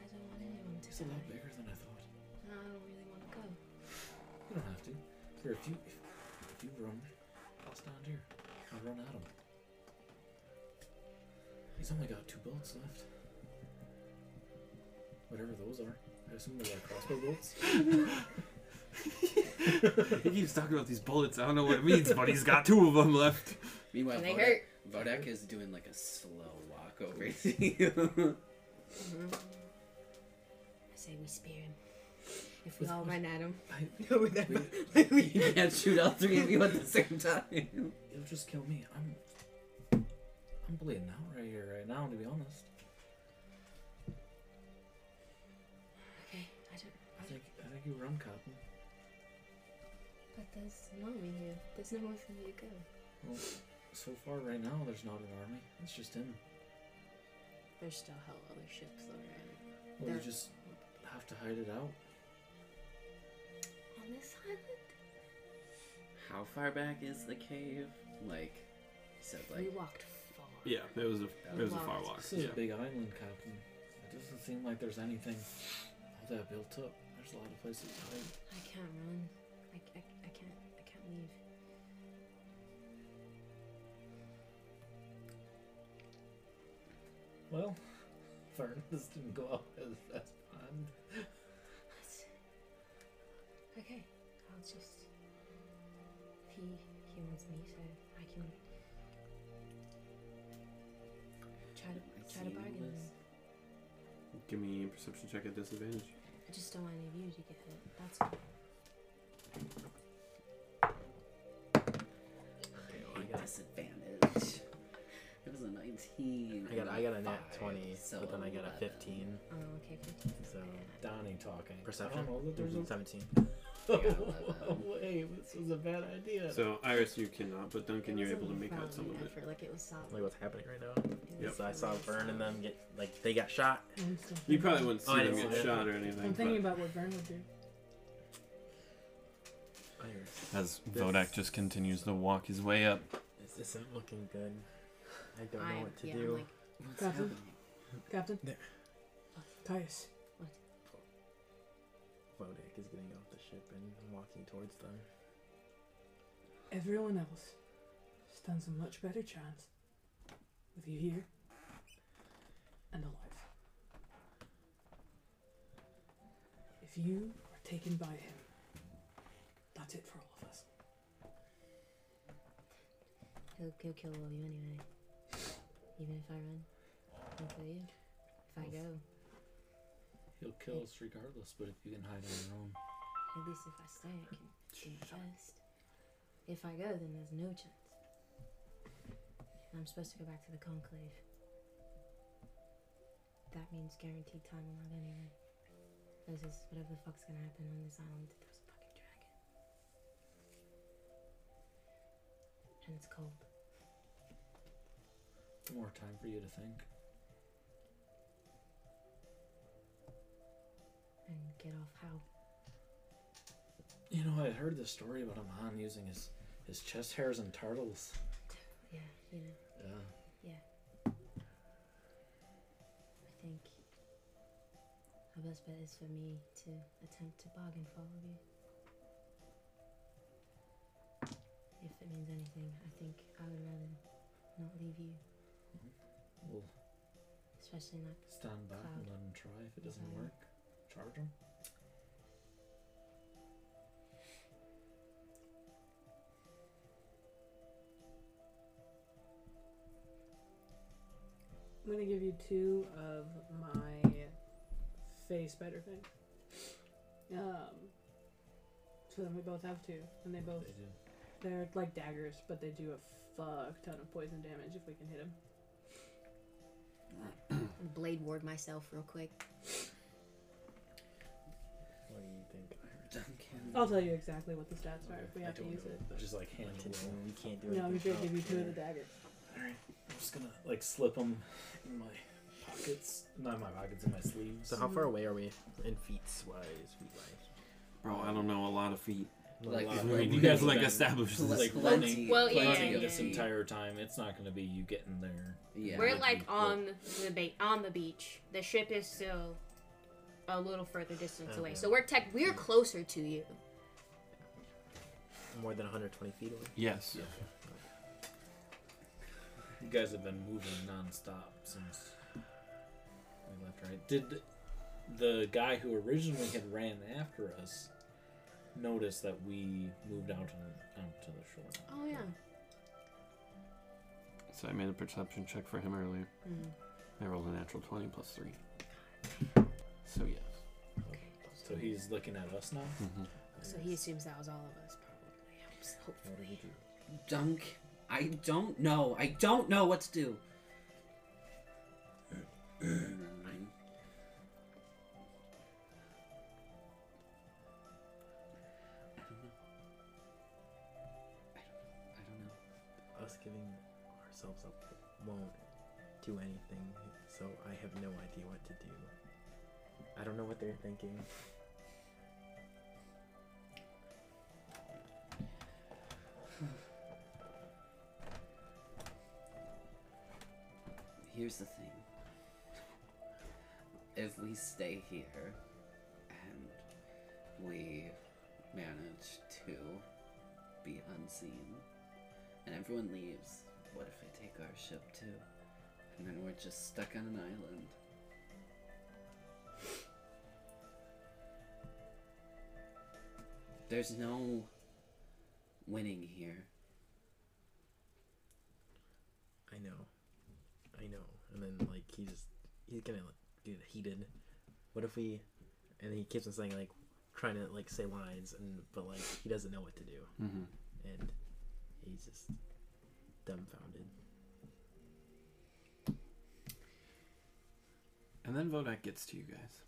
F: I don't want anyone to
C: He's a
F: die.
C: lot bigger than I thought.
F: No, I don't really want to go.
C: You don't have to. Here, if you if, if you run, I'll stand here. I'll run at him. He's only got two bullets left. Whatever those are. I assume they're like crossbow bolts.
A: (laughs) He keeps talking about these bullets. I don't know what it means, but he's got two of them left.
D: Meanwhile,
F: And they
D: Vodak,
F: hurt.
D: Vodak is doing like a slow walk over (laughs) to you.
F: I say we spear him. If we all run at him. No,
D: you can't shoot all three of you at the same time.
C: It'll just kill me. I'm I'm bleeding out right here right now, to be honest.
F: Okay, I don't.
C: I think I think you run, Captain.
F: But there's an army here. There's nowhere for me to go.
C: So far right now there's not an army. It's just him.
F: There's still hell other ships around.
C: Well, we
F: There-
C: just have to hide it out.
F: On this island?
D: How far back is the cave? Like, he said,
F: we
D: like,
F: walked far.
A: (laughs) Yeah, it was a it was a far walk.
C: This is
A: Ah, Yeah.
C: a big island, Captain. It doesn't seem like there's anything all that built up. There's a lot of places to hide.
F: I can't run. I, I, I can't I can't leave.
C: Well, (laughs) Furnace didn't go up as as planned.
F: That's- Okay, I'll just. If he he wants me, so I can try
D: I
F: to try
D: see
F: to bargain.
D: this.
F: with him.
G: Give me a perception check at disadvantage.
F: I just don't want any of you to get hit. That's all.
E: I got-
D: disadvantage. It was a 19.
E: I got I got a net
D: Five,
E: twenty,
D: so
E: but then I got a
D: 11.
E: fifteen,
F: Oh, okay, 15.
E: so
C: Donnie talking.
E: Perception.
C: I don't know that there's
E: (laughs)
C: a
E: seventeen.
D: Yeah.
C: (laughs) way. This was a bad idea.
G: So Iris, you cannot, but Duncan,
F: It
G: you're
F: was a
G: able to make out some
F: valiant
G: of it.
F: effort, Like it was solid.
E: Like what's happening right now?
F: It
E: Yep.
F: was
E: So I saw
F: really
E: Vern and
F: solid.
E: them get like they got shot.
B: I'm still
G: You
B: thinking-
G: probably wouldn't see
E: Oh, I
G: them
E: didn't
G: get
E: see it.
G: shot or anything.
B: Mm-hmm. I'm
G: but-
B: thinking about what Vern would do.
E: Iris,
A: As Vodak just continues to walk his way up.
E: this isn't looking good. I don't
F: I-
E: know what to
F: yeah, I'm
E: do.
F: like,
D: What's
B: Captain?
D: happening?
B: Captain?
E: There.
B: Caius.
E: Vodak is getting off the ship and walking towards them.
B: Everyone else stands a much better chance with you here and alive. If you are taken by him, that's it for all of us.
F: He'll, he'll kill all of you anyway. Even if I run, he'll kill you. If I go,
C: He'll kill us regardless, but if you can hide on your own,
F: at least if I stay, I can do my best. If I go, then there's no chance. And I'm supposed to go back to the conclave. That means guaranteed time allowed anyway. This is whatever the fuck's gonna happen on this island. There's a fucking dragon. And it's cold.
C: the more time for you to think.
F: And get off how?
C: You know, I heard this story about a man using his his chest hairs and turtles.
F: Yeah, you know.
C: Yeah.
F: I think Our best bet is for me to attempt to bargain for all of you. If it means anything, I think I would rather not leave you,
C: We'll
F: especially not.
C: stand back and let him try. If it doesn't
F: Mhm.
C: work, charge him.
B: I'm gonna give you two of my face better things. Um, so then we both have two, and they both
C: They do.
B: they're like daggers, but they do a fuck ton of poison damage if we can hit them.
F: Blade ward myself real quick.
E: What do you think?
D: Duncan.
B: I'll tell you exactly what the stats are if we
C: I
B: have to
C: don't
B: use
C: know.
B: it.
C: I
B: But
C: Just like hand roll.
E: We can't do it.
B: no, I'm just gonna give you two of the daggers.
C: I'm just gonna like slip them in my pockets. Not in my pockets, in my sleeves.
E: So how far away are we in feet wise? Feet wise?
A: Bro, I don't know a lot of feet.
D: Like,
C: Wow.
A: We
D: like,
A: need
C: guys
A: to like
C: (laughs) been-
A: establish
D: pl-
A: this.
C: like
D: plenty.
C: running-
F: Well, yeah,
C: planning
F: Oh, yeah,
C: this
F: yeah, yeah.
C: entire time. It's not gonna be you getting there.
D: Yeah.
F: We're
C: that'd
F: like
C: be cool.
F: on the ba- on the beach. The ship is still a little further distance away,
E: Okay.
F: so we're tech we're closer to you.
E: More than 120 feet away.
A: yes.
C: You guys have been moving non-stop since we left. Right? Did the guy who originally had ran after us notice that we moved out to the, out to the shore?
F: Oh yeah.
A: So I made a perception check for him earlier.
B: Mm-hmm.
A: I rolled a natural 20 plus 3. So yes.
C: So he's looking at us now.
A: Mm-hmm.
F: So he assumes that was all of us, probably. Hopes- Hopefully.
D: Dunk. I don't know. I don't know what to do.
E: Us giving ourselves up won't do anything. So I have no idea what to do. I don't know what they're thinking.
D: Here's the thing. If we stay here and we manage to be unseen and everyone leaves, what if they take our ship too? And then we're just stuck on an island. There's no winning here.
E: I know. I know. And then like he just he's gonna like, get heated. What if we? And he keeps on saying like trying to like say lines and but like he doesn't know what to do
A: Mm-hmm.
E: and he's just dumbfounded.
A: And then Vodak gets to you guys.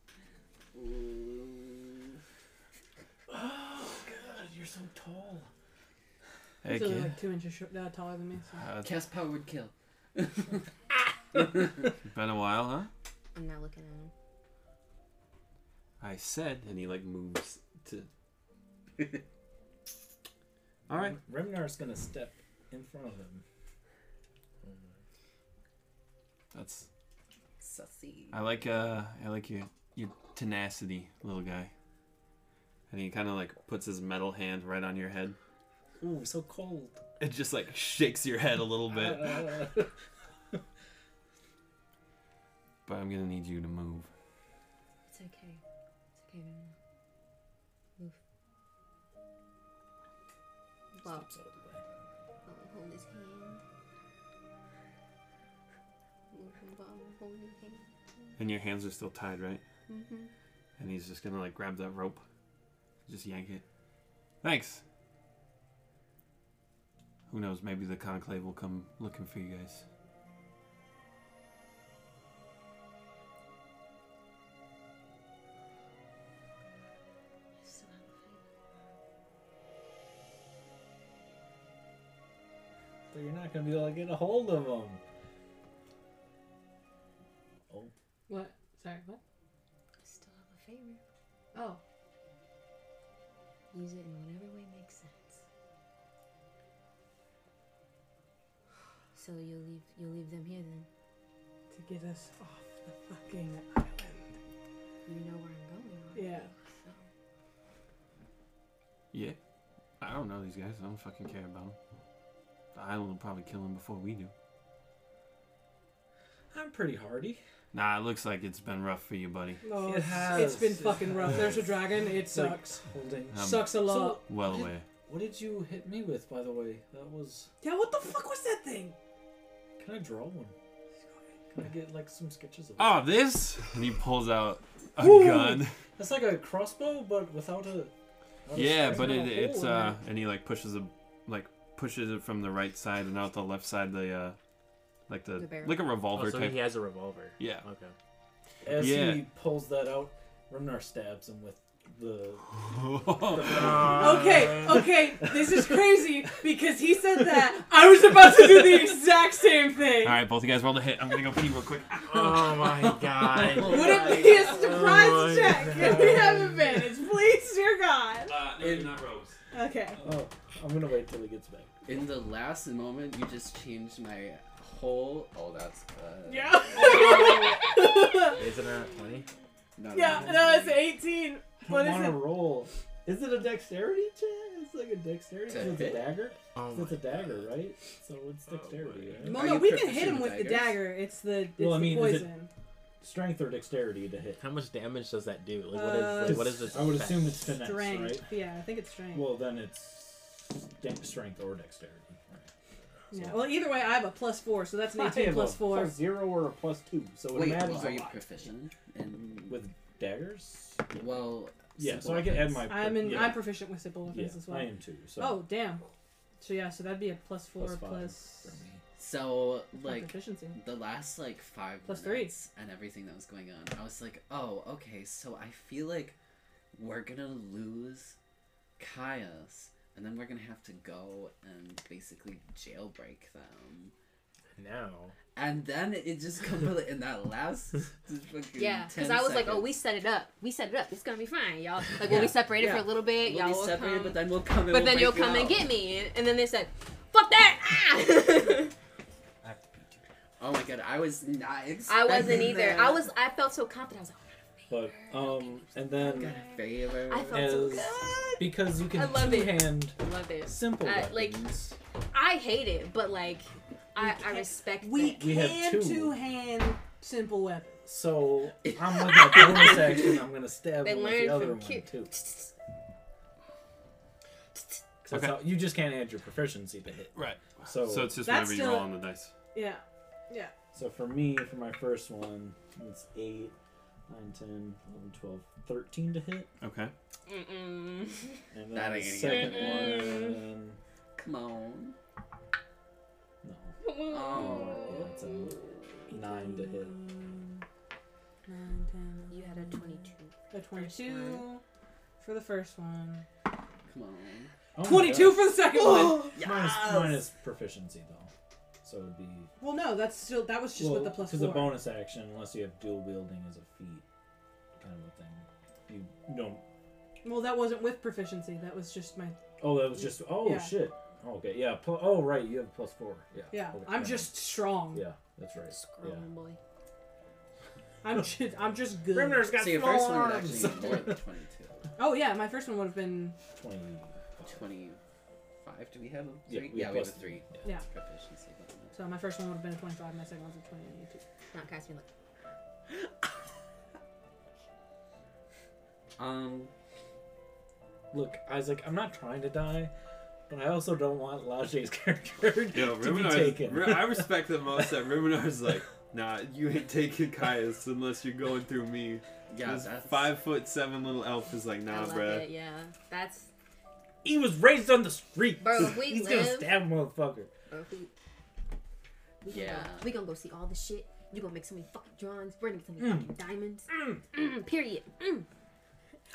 C: Oh God, you're so tall.
A: Hey,
B: so they're
A: kid.
B: like two inches short, uh, taller than me. So.
A: Uh, it's
D: Cast powered kill.
A: been a while, huh?
F: I'm not looking at him.
A: I said, and he like moves to. (laughs) All right.
C: Remnar's gonna step in front of him.
A: That's.
D: Sussy.
A: I like. Uh, I like your your tenacity, little guy. And he kind of like puts his metal hand right on your head.
C: Ooh, so cold.
A: It just like shakes your head a little bit.
C: Ah.
A: But I'm gonna need you to move.
F: It's okay. It's okay. Rona. Move. Well,
C: Steps out of the way.
F: I'll hold his hand. Move him while I'm holding his hand.
A: And your hands are still tied, right?
F: Mm-hmm.
A: And he's just gonna like grab that rope, just yank it. Thanks. Who knows? Maybe the conclave will come looking for you guys.
F: Still out of favor.
C: But you're not gonna be able to get a hold of him. Oh,
B: What? Sorry. What?
F: Still out of favor.
B: Oh.
F: Use it in whatever way makes sense. So you'll leave you'll leave them here then.
B: To get us off the fucking island.
F: You know where I'm going. already,
B: Yeah.
F: so.
A: Yeah. I don't know these guys. I don't fucking care about them. The island will probably kill them before we do.
C: I'm pretty hardy.
A: Nah, it looks like it's been rough for you, buddy.
B: No,
C: It
B: it's,
C: has,
B: it's been
C: it
B: fucking rough. There's a
C: has.
B: dragon. It
C: like-
B: sucks.
C: Holding.
A: Um,
B: sucks a lot.
A: Well
C: Did-
A: aware.
C: What did you hit me with, by the way? That was.
B: yeah, what the fuck was that thing?
C: Can I draw one? Can I get like some sketches of it?
A: Oh, this? And he pulls out a
C: Woo!
A: gun.
C: That's like a crossbow, but without a. without a
A: Yeah,
C: string
A: but it,
C: and a
A: it's
C: hole in
A: uh,
C: it.
A: and he like pushes a, like pushes it from the right side and out the left side. The uh, like the,
F: The barrel.
A: like a revolver
E: Oh, so
A: type.
E: he has a revolver.
A: Yeah.
E: Okay.
C: As
A: yeah.
C: he pulls that out, Remnar stabs him with the.
A: (laughs) Oh.
B: Okay, okay, this is crazy because he said that. I was about to do the exact same thing.
A: All right, both you guys rolled a hit. I'm gonna go pee real quick.
E: Oh my god.
B: Would it be a surprise
E: Oh my
B: check if we have advantage? Please, dear God.
A: Uh,
C: no, you're
A: not Rose.
B: (laughs) Okay.
C: Oh, I'm gonna wait till he gets back.
D: In the last moment, you just changed my whole. Oh, that's good.
B: Yeah. (laughs)
E: Isn't it funny?
D: No, no,
B: yeah, no,
D: no, no.
B: it's 18.
C: I
B: (laughs) What
C: don't
B: is
C: want to
B: it?
C: roll. Is it a dexterity check? It's like a dexterity.
D: To
C: so It's a
D: hit?
C: dagger.
E: Oh
C: So it's
E: my
C: a dagger, right? So it's dexterity. right?
B: No,
D: Are
B: no,
D: you
B: we can
D: proficient
B: hit him
D: with
B: with the
D: daggers?
B: dagger. It's the, it's
C: Well, I mean,
B: the
C: is it-
B: poison.
C: Strength or dexterity to hit.
E: How much damage does that do? Like, what
B: Uh,
E: is, like, what is this?
C: I would assume it's finesse,
B: strength.
C: right?
B: Yeah, I think it's strength.
C: Well, then it's de- strength or dexterity.
B: yeah. well, either way, I have a plus four, so that's an
C: I
B: 18
C: have
B: plus
C: a
B: four.
C: plus zero or a plus two, so it
D: Wait,
C: matters
D: well,
C: a
D: are you
C: lot.
D: proficient? In,
C: with daggers?
D: well,
C: Yeah,
D: simple
C: so I can add
D: weapons.
C: my.
B: I'm in.
C: yeah,
B: I'm proficient with simple
C: yeah,
B: weapons as well.
C: I am too. So
B: Oh damn. So yeah, so that'd be a plus four
C: Plus
B: plus,
C: five for me.
D: So
B: my
D: like
B: proficiency.
D: the last like five
B: Plus three.
D: minutes and everything that was going on, I was like, oh, okay. So I feel like we're gonna lose Caius, and then we're gonna have to go and basically jailbreak them.
E: Now.
D: And then it just completely (laughs) in that last fucking
F: Yeah, because
D: 10
F: I was like, oh,
D: seconds,
F: we set it up. We set it up. It's gonna be fine, y'all. Like we'll be separated for
B: Yeah.
F: a little bit.
D: we'll
F: y'all
D: be
F: will
D: separated,
F: come,
D: but then we'll come. And
F: but
D: we'll
F: then
D: break
F: you'll
D: you
F: come and
D: out."
F: get me. And, and then they said, "Fuck that!"
D: (laughs)
F: (laughs) Ah!
D: Oh my god, I was not. Expecting
F: I wasn't either.
D: That.
F: I was. I felt so confident. I was
C: But um, and
D: Got
C: then
D: a favor.
F: like, I felt so
C: As-
F: good.
C: because you
F: I
C: can
F: love
C: two
F: it.
C: hand
F: I love this.
C: simple
F: Uh, like-
C: weapons.
F: I hate it, but like, I, I
B: can't-
F: respect.
B: We
F: that.
B: can
C: We have two.
B: hand simple weapons.
C: So I'm looking at bonus action. I'm gonna stab
F: They
C: him with the
F: learned
C: other
F: from
C: one
F: cute-
C: too. 'Cause that's how- you just can't add your proficiency to hit.
A: Right.
C: So
A: So it's just
B: That's
A: whenever you
B: still-
A: roll on the dice.
B: Yeah.
C: so for me, for my first one, it's 8, 9, 10, 11, 12, 13 to hit.
A: Okay.
F: Mm-mm. (laughs)
C: And then
D: That
C: the
D: ain't
C: second
F: gonna happen.
C: one,
D: Come on.
C: no,
D: Oh.
C: yeah, it's a 9 to hit. Oh
B: Nine, ten.
F: You had a twenty-two.
B: A 22 for the first one.
D: Come on.
C: Oh my Oh!
B: 22
C: gosh.
B: for the second one.
C: minus,
D: Yes!
C: minus proficiency though. So it would be
B: Well, no, that's still that was just
C: well,
B: with the plus
C: because
B: four.
C: a bonus action, unless you have dual wielding as a feat, kind of a thing. You don't.
B: Well, that wasn't with proficiency. That was just my
C: Oh, that was just. Oh
B: Yeah.
C: shit. Oh, okay. Yeah. Pl- oh right. You have plus four. Yeah.
B: yeah.
C: okay,
B: I'm
C: never
B: just strong.
C: mind. Yeah, that's right.
F: Scroll boy.
B: I'm just I'm just good.
D: So your first one would actually be more than 22.
B: Oh yeah, my first one would have been
C: (laughs) Twenty.
D: 25? Do we have a
C: Yeah, we
D: three? Yeah,
C: have
D: we have a
C: plus
D: three.
B: yeah.
D: Proficiency. bonus.
B: So my first one would have been a 25. My second one's a 22.
F: Not casting like.
D: Um,
C: Look, Isaac. I'm not trying to die, but I also don't want Laje's (laughs) character
G: Yo,
C: to be
G: Ruminar.
C: taken.
G: Ru- I respect the most
C: (laughs)
G: that Ruminar's like, nah, you ain't taking Caius unless you're going through me.
D: yeah,
G: this
D: that's (laughs)
G: five foot seven little elf is like,
F: I
G: nah,
F: love
G: bruh.
F: it. Yeah, that's
C: He was raised on the street.
F: Bro,
C: (laughs)
F: if we
C: He's gonna
F: live-
C: stab a motherfucker.
F: Or we, we Gonna
D: Yeah.
F: go, we gonna go see all the shit. You gonna make so many fucking drawings. We're gonna get so many
C: Mm.
F: fucking diamonds.
C: Mm,
F: Mm, period. Mm,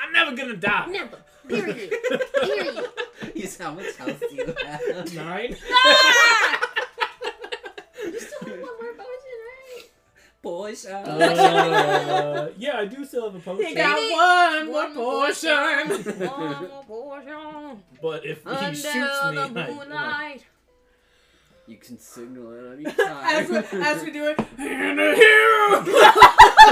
C: I'm never gonna die.
F: never. Period.
C: (laughs)
F: period.
D: He's how much health do you have?
C: (laughs) Nine.
F: You still have one more potion, right?
D: Boys,
C: Uh, yeah, I do still have a potion.
B: got one,
F: (laughs)
B: (laughs)
F: One more potion.
C: But if he
F: Under
C: shoots me, I,
F: the moonlight.
D: you can
F: (laughs)
D: signal it anytime.
B: as, we, as we do it.
C: (laughs)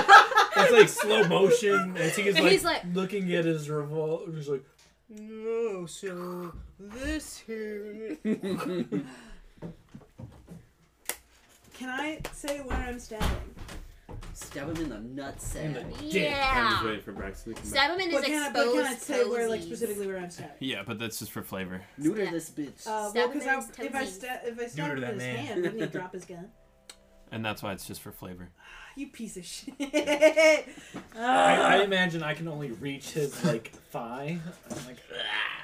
C: It's like slow motion. I think he's
F: And
C: like,
F: he's like-
C: looking at his revolver. He's like,
D: No, so this here.
B: (laughs) Can I say where I'm standing?
D: Stab him in the nutsack.
H: I'm just
F: Yeah.
H: waiting for Braxton to come back.
F: Stab him in his
B: But can, I, but can I
F: exposed
B: say where, like,
F: toesies. (laughs)
B: specifically where I'm standing?
A: Yeah, but that's just for flavor.
D: Neuter
F: Yeah.
D: this bitch.
B: Uh, well,
F: Stab him
B: because
F: in his
B: if I
F: toesies.
B: sta- if I
E: Neuter
B: stabbed him
E: that
B: with his
E: man.
B: hand, wouldn't he drop his gun?
A: And that's why it's just for flavor.
B: You piece of shit. (laughs)
C: I, I
B: Ah.
C: imagine I can only reach his like thigh. I'm like,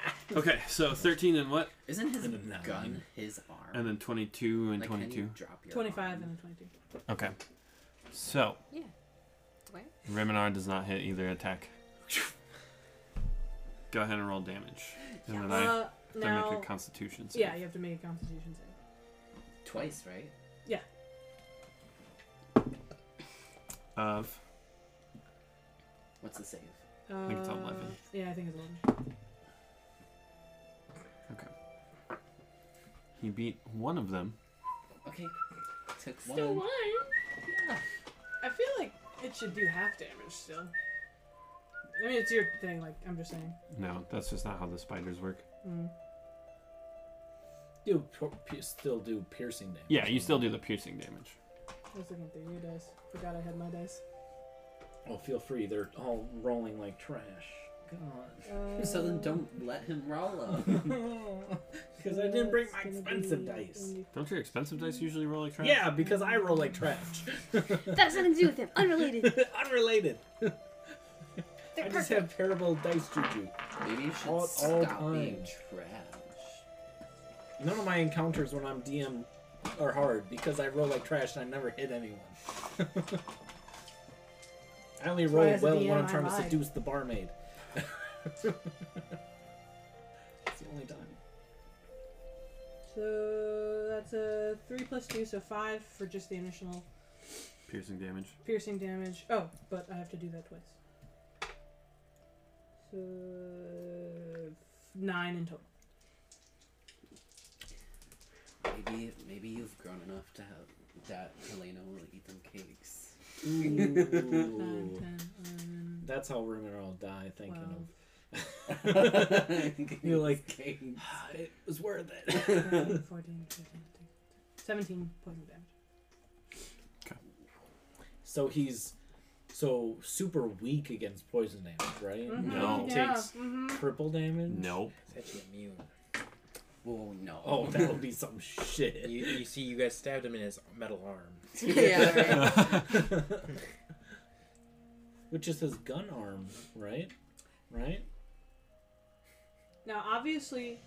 C: "Ah."
A: Okay, so 13 and what?
D: Isn't his
C: And a nine.
D: gun his arm?
A: And then 22 and
D: like, Can
A: 22.
D: you drop your
B: 25
D: arm?
B: and a 22.
A: Okay. So,
F: Where?
A: Reminar does not hit either attack. Go ahead and roll damage. And then
D: Oh,
A: I
B: Uh,
A: then make a
B: now,
A: constitution save.
B: yeah, you have to make a constitution save.
D: Twice, right?
A: Of,
D: What's the save?
B: Uh,
A: think it's 11.
B: Yeah, I think it's 11.
A: he beat one of them.
D: Okay. Took
I: Still
D: one.
I: one.
D: Yeah.
B: I feel like it should do half damage still. I mean, it's your thing, like, I'm just saying.
A: No, that's just not how the spiders work.
B: Mm.
C: do pu- pi- still do piercing damage.
A: Yeah, you still do the piercing damage.
B: I was looking through your dice. Forgot I had my dice.
C: Well, Oh, feel free. They're all rolling like trash. God.
B: Uh,
D: So then don't let him roll
C: (laughs)
D: up.
C: Because I didn't bring my expensive dice.
A: Don't your expensive dice usually roll like trash?
C: Yeah, because I roll like trash. (laughs)
F: That has nothing to do with him. (laughs) Unrelated.
C: Unrelated.
F: They're
C: I just
F: perfect.
C: have terrible dice juju.
D: Maybe you should
C: All- all
D: stop
C: time.
D: being trash.
C: None of my encounters when I'm DM are hard because I roll like trash and I never hit anyone. (laughs) I only
B: why
C: roll
B: as a
C: well
B: DM,
C: when I'm
B: I
C: trying to
B: lied.
C: seduce the barmaid. (laughs) It's the only time.
B: So that's a 3 plus 2, so 5 for just the initial
A: Piercing damage.
B: piercing damage. Oh, but I have to do that twice. So. 9 in total.
D: Maybe, maybe you've grown enough to have that Helena will eat them cakes.
B: Nine,
C: Ooh.
B: 10, 11,
C: That's how Rimmer will die thinking
B: Wow.
C: of. (laughs) You're like-
D: (laughs)
C: (laughs)
D: cakes.
C: Ah, it was worth it. (laughs)
B: 14, 15, 17 poison damage.
C: So he's so super weak against poison damage, right?
A: No.
B: Mm-hmm.
C: He
B: Yeah.
C: takes
B: hmm
C: triple
A: (laughs)
C: damage.
A: Nope.
E: It's actually immune.
D: Well, no.
C: Oh, that would be some (laughs) shit.
E: You, you see, you guys stabbed him in his metal arm.
D: yeah. right.
C: Which is his gun arm, right? Right?
B: Now, obviously,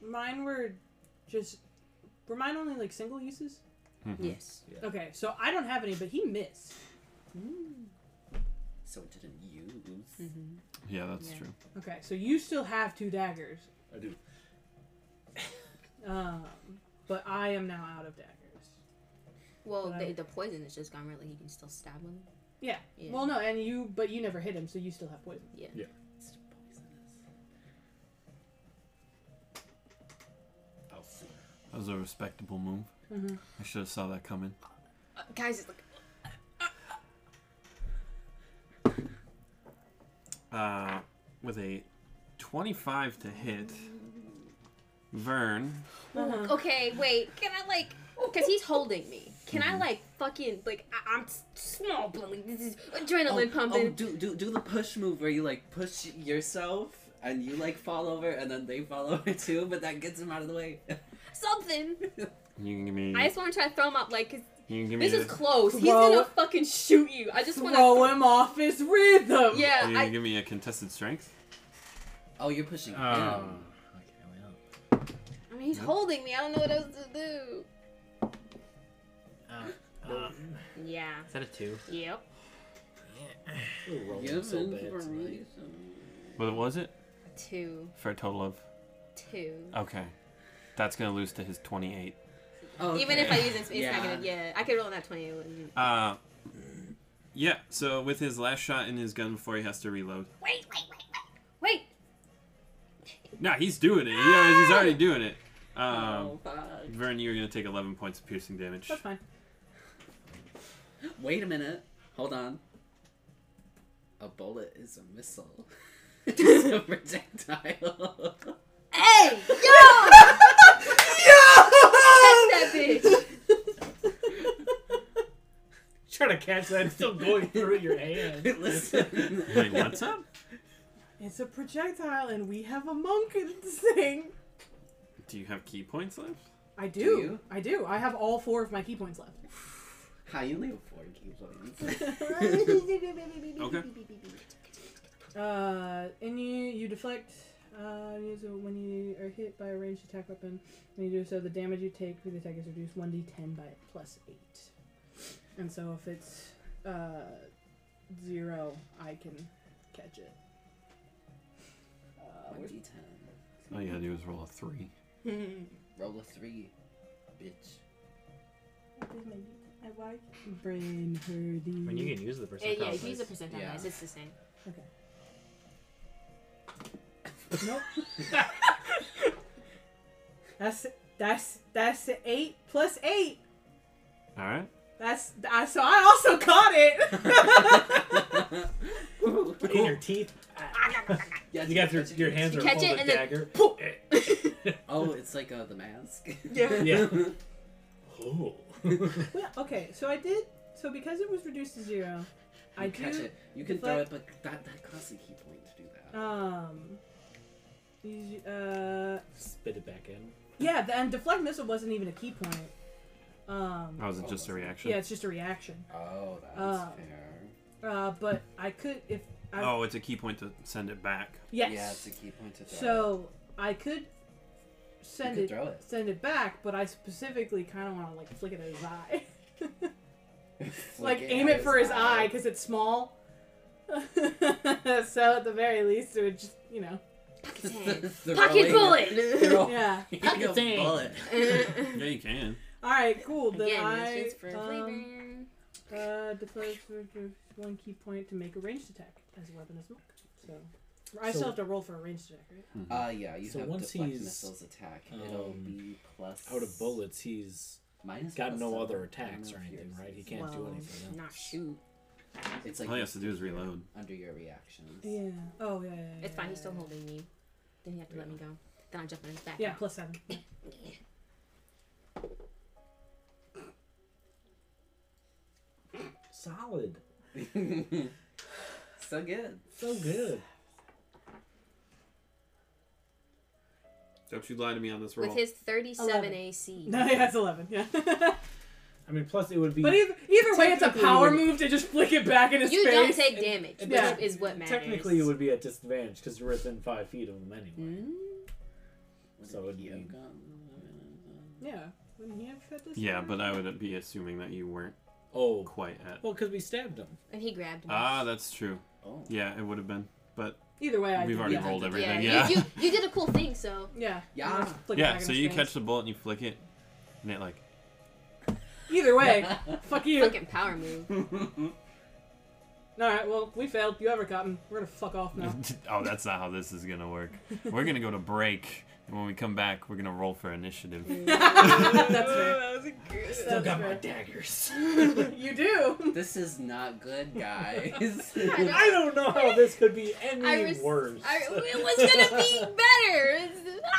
B: mine were just. Were mine only like single uses?
F: Yes.
B: Okay, so I don't have any, but he missed.
D: So it didn't use.
A: Yeah, that's
F: Yeah.
A: true.
B: Okay, so you still have two daggers,
C: I do.
B: um, but I am now out of daggers.
F: Well,
B: But I-
F: the, the poison is just gone. Really, he can still stab him.
B: Yeah.
F: Yeah.
B: Well, no, and you, but you never hit him, so you still have poison.
F: Yeah.
D: It's poisonous. Oh.
A: That was a respectable move.
F: Mm-hmm.
B: Mhm.
A: I should have saw that coming.
F: Uh, guys, it's like,
A: Uh, with a 25 to hit, Vern.
F: okay, wait. Can I like? Because he's holding me. Can I like fucking like? I, I'm s- small, but like this is adrenaline pumping.
D: Oh, do, do, do the push move where you like push yourself and you like fall over and then they fall (laughs) over too, but that gets them out of the way. (laughs)
F: Something.
A: You can give me.
F: I just want to try to throw him up. Like, 'cause
A: you can give me.
F: this is
A: a-
F: close. He's
B: Throw-
F: gonna fucking shoot you. I just want
B: Throw
F: to.
B: him off his rhythm.
F: Yeah.
A: you can
F: I,
A: give me a contested strength.
D: Oh, you're pushing him.
E: okay, well.
F: I mean, he's holding me. I don't know what else to do.
E: Uh, uh,
F: Yeah.
E: is that a two?
F: Yep.
C: We're rolling
D: Give
C: so
D: him
C: bad
D: for a
C: tonight.
D: reason.
A: What was it?
F: Two.
A: For a total of.
F: Two.
A: Okay. That's gonna lose to his 28.
D: Oh,
F: Even if I use it, it's
D: Yeah.
F: not gonna. Yeah, I could roll that twenty. it wouldn't-
A: Uh, yeah. So with his last shot in his gun before he has to reload.
F: Wait, wait, wait, wait,
A: Nah, he's doing it. He already, he's already doing it. Um,
D: Oh, fuck.
A: Vern, you're gonna take 11 points of piercing damage.
B: That's fine.
D: Wait a minute. Hold on. A bullet is a missile. (laughs) it's (laughs) a projectile.
F: Hey, yo! Catch (laughs) that (laughs) bitch.
C: Trying to catch that, it's still going through
D: (laughs)
C: your hand.
D: Listen.
A: Wait, what's up?
B: It's a projectile, and we have a monk in this thing.
A: Do you have key points left?
B: I do.
D: you?
B: I do. I have all four of my key points left.
D: (laughs) Hi, you only have four key (laughs) points.
A: Okay.
B: Uh, and you you deflect. Uh, use it when you are hit by a ranged attack weapon, when you do so, the damage you take for the attack is reduced 1d10 by plus 8. And so if it's uh, 0, I can catch it. Uh, (laughs)
D: One
B: where's-
D: d10.
A: All you gotta do is roll a three.
D: Roll a three, bitch.
B: where's my I like brain hurdy.
C: (laughs) I mean, you can use the
F: Yeah,
C: percentile.
F: yeah,
C: dice.
F: if you use a percentile
D: Yeah.
F: dice, it's the same.
B: Nope. that's that's that's eight plus eight.
A: All right.
B: That's I, so I also caught it.
C: In your teeth. Ah,
D: Yeah,
C: You got your,
D: catch it.
C: your hands
F: You
C: are
F: catch
C: full
F: it
C: of
F: and then
C: dagger. Eh.
D: Oh, it's like uh, the mask. (laughs)
B: Yeah.
C: Yeah. Oh.
B: well, okay, so I did. So because it was reduced to zero, I
D: You catch
B: do.
D: it. You can
B: if
D: throw
B: I-
D: it, but that that costs a key point to do that.
B: Um. these- Uh.
C: (laughs) Spit it back in.
B: Yeah, the, and deflect missile wasn't even a key point. Um.
A: Oh, is it just a reaction?
B: Yeah, it's just a reaction.
D: Oh, that's
B: Uh,
D: fair.
B: Uh, but I could if I.
A: Oh, it's a key point to send it back.
B: Yes.
D: Yeah, it's a key point to throw.
B: So I could
D: you
B: send
D: could
B: it
D: throw it.
B: send it back, but I specifically kind of want to like flick it at his eye, (laughs)
D: Flick
B: like aim
D: at
B: it for his eye because it's small. (laughs) so at the very least, it would just you know,
D: (laughs)
F: Pocket
D: Throwing-
F: (laughs) bullet.
D: throw-
B: yeah.
D: a
C: thing.
D: bullet.
J: (laughs)
A: Yeah, you can.
B: All right, cool. Then
F: (laughs) Again,
B: I
F: that's just for
B: um,
F: flavor.
B: uh, deflect for just one key point to make a ranged attack as a weapon as monk. So I
C: So-
B: still have to roll for a ranged attack, right?
D: Uh, yeah, you
J: So
D: have
J: once
D: deflect
J: he's,
D: missiles attack. It'll
J: um,
D: be plus.
J: Out of bullets, he's
D: Minus
J: got
D: plus
J: no
D: seven.
J: other
D: I don't
J: attacks
D: know
J: or
D: if
J: anything,
D: yours
J: right? He
D: is.
J: can't do
F: Well,
J: anything.
F: Not shoot.
D: It's like
A: All he has to do is reload.
D: under your reactions.
B: Yeah. Oh yeah. yeah, yeah,
F: It's fine.
B: yeah,
F: He's still
B: yeah.
F: holding me. Then you have to let me go. Then I'm jumping on his back.
B: Yeah, plus
F: (laughs)
B: seven. (laughs)
C: Solid.
D: (laughs) so good.
C: So good.
K: Don't you lie to me on this roll.
F: With his 37
B: Eleven. (laughs)
F: AC.
B: No, yeah, it's eleven. Yeah.
C: I mean, plus it would be.
B: but either, either way, it's a
C: Technically,
B: power
C: we-
B: move to just flick it back in his
F: You
B: face.
F: don't take damage, which
B: Yeah.
F: is what matters.
C: Technically, it would be at disadvantage because you're within five feet of him anyway.
F: Mm.
D: Would
C: So it'd
D: be
C: be-
D: yoga.
B: Yeah. Wouldn't he have had this?
A: Yeah, but I would be assuming that you weren't
J: Oh,
A: quite at.
J: well, because we stabbed him.
F: And he grabbed me.
A: Ah, that's true.
D: Oh.
A: Yeah, it would have been. But
B: Either way, I
A: we've
B: did-
A: already
B: yeah.
A: rolled
F: yeah,
A: everything. Yeah.
F: You, you, you did a cool thing, so.
B: Yeah.
D: Yeah.
B: Just flick it
A: Yeah,
B: back in
A: so
B: his
A: you
B: face.
A: catch the bullet and you flick it, and it like
B: Either way, (laughs) fuck you.
F: Fucking power move.
B: All right. Well, we failed. You ever gotten? We're gonna fuck off now.
A: (laughs)
B: (laughs)
A: oh, that's not how this is gonna work. We're gonna go to break, and when we come back, we're gonna roll for
B: (laughs)
A: initiative.
B: That's
F: (laughs)
B: fair.
C: Still got my
B: That's
C: (laughs) daggers.
B: fair. You do.
D: This is not good, guys.
C: I don't know how this could be any
F: I was-
C: worse. (laughs)
F: I, it was gonna be better. It's-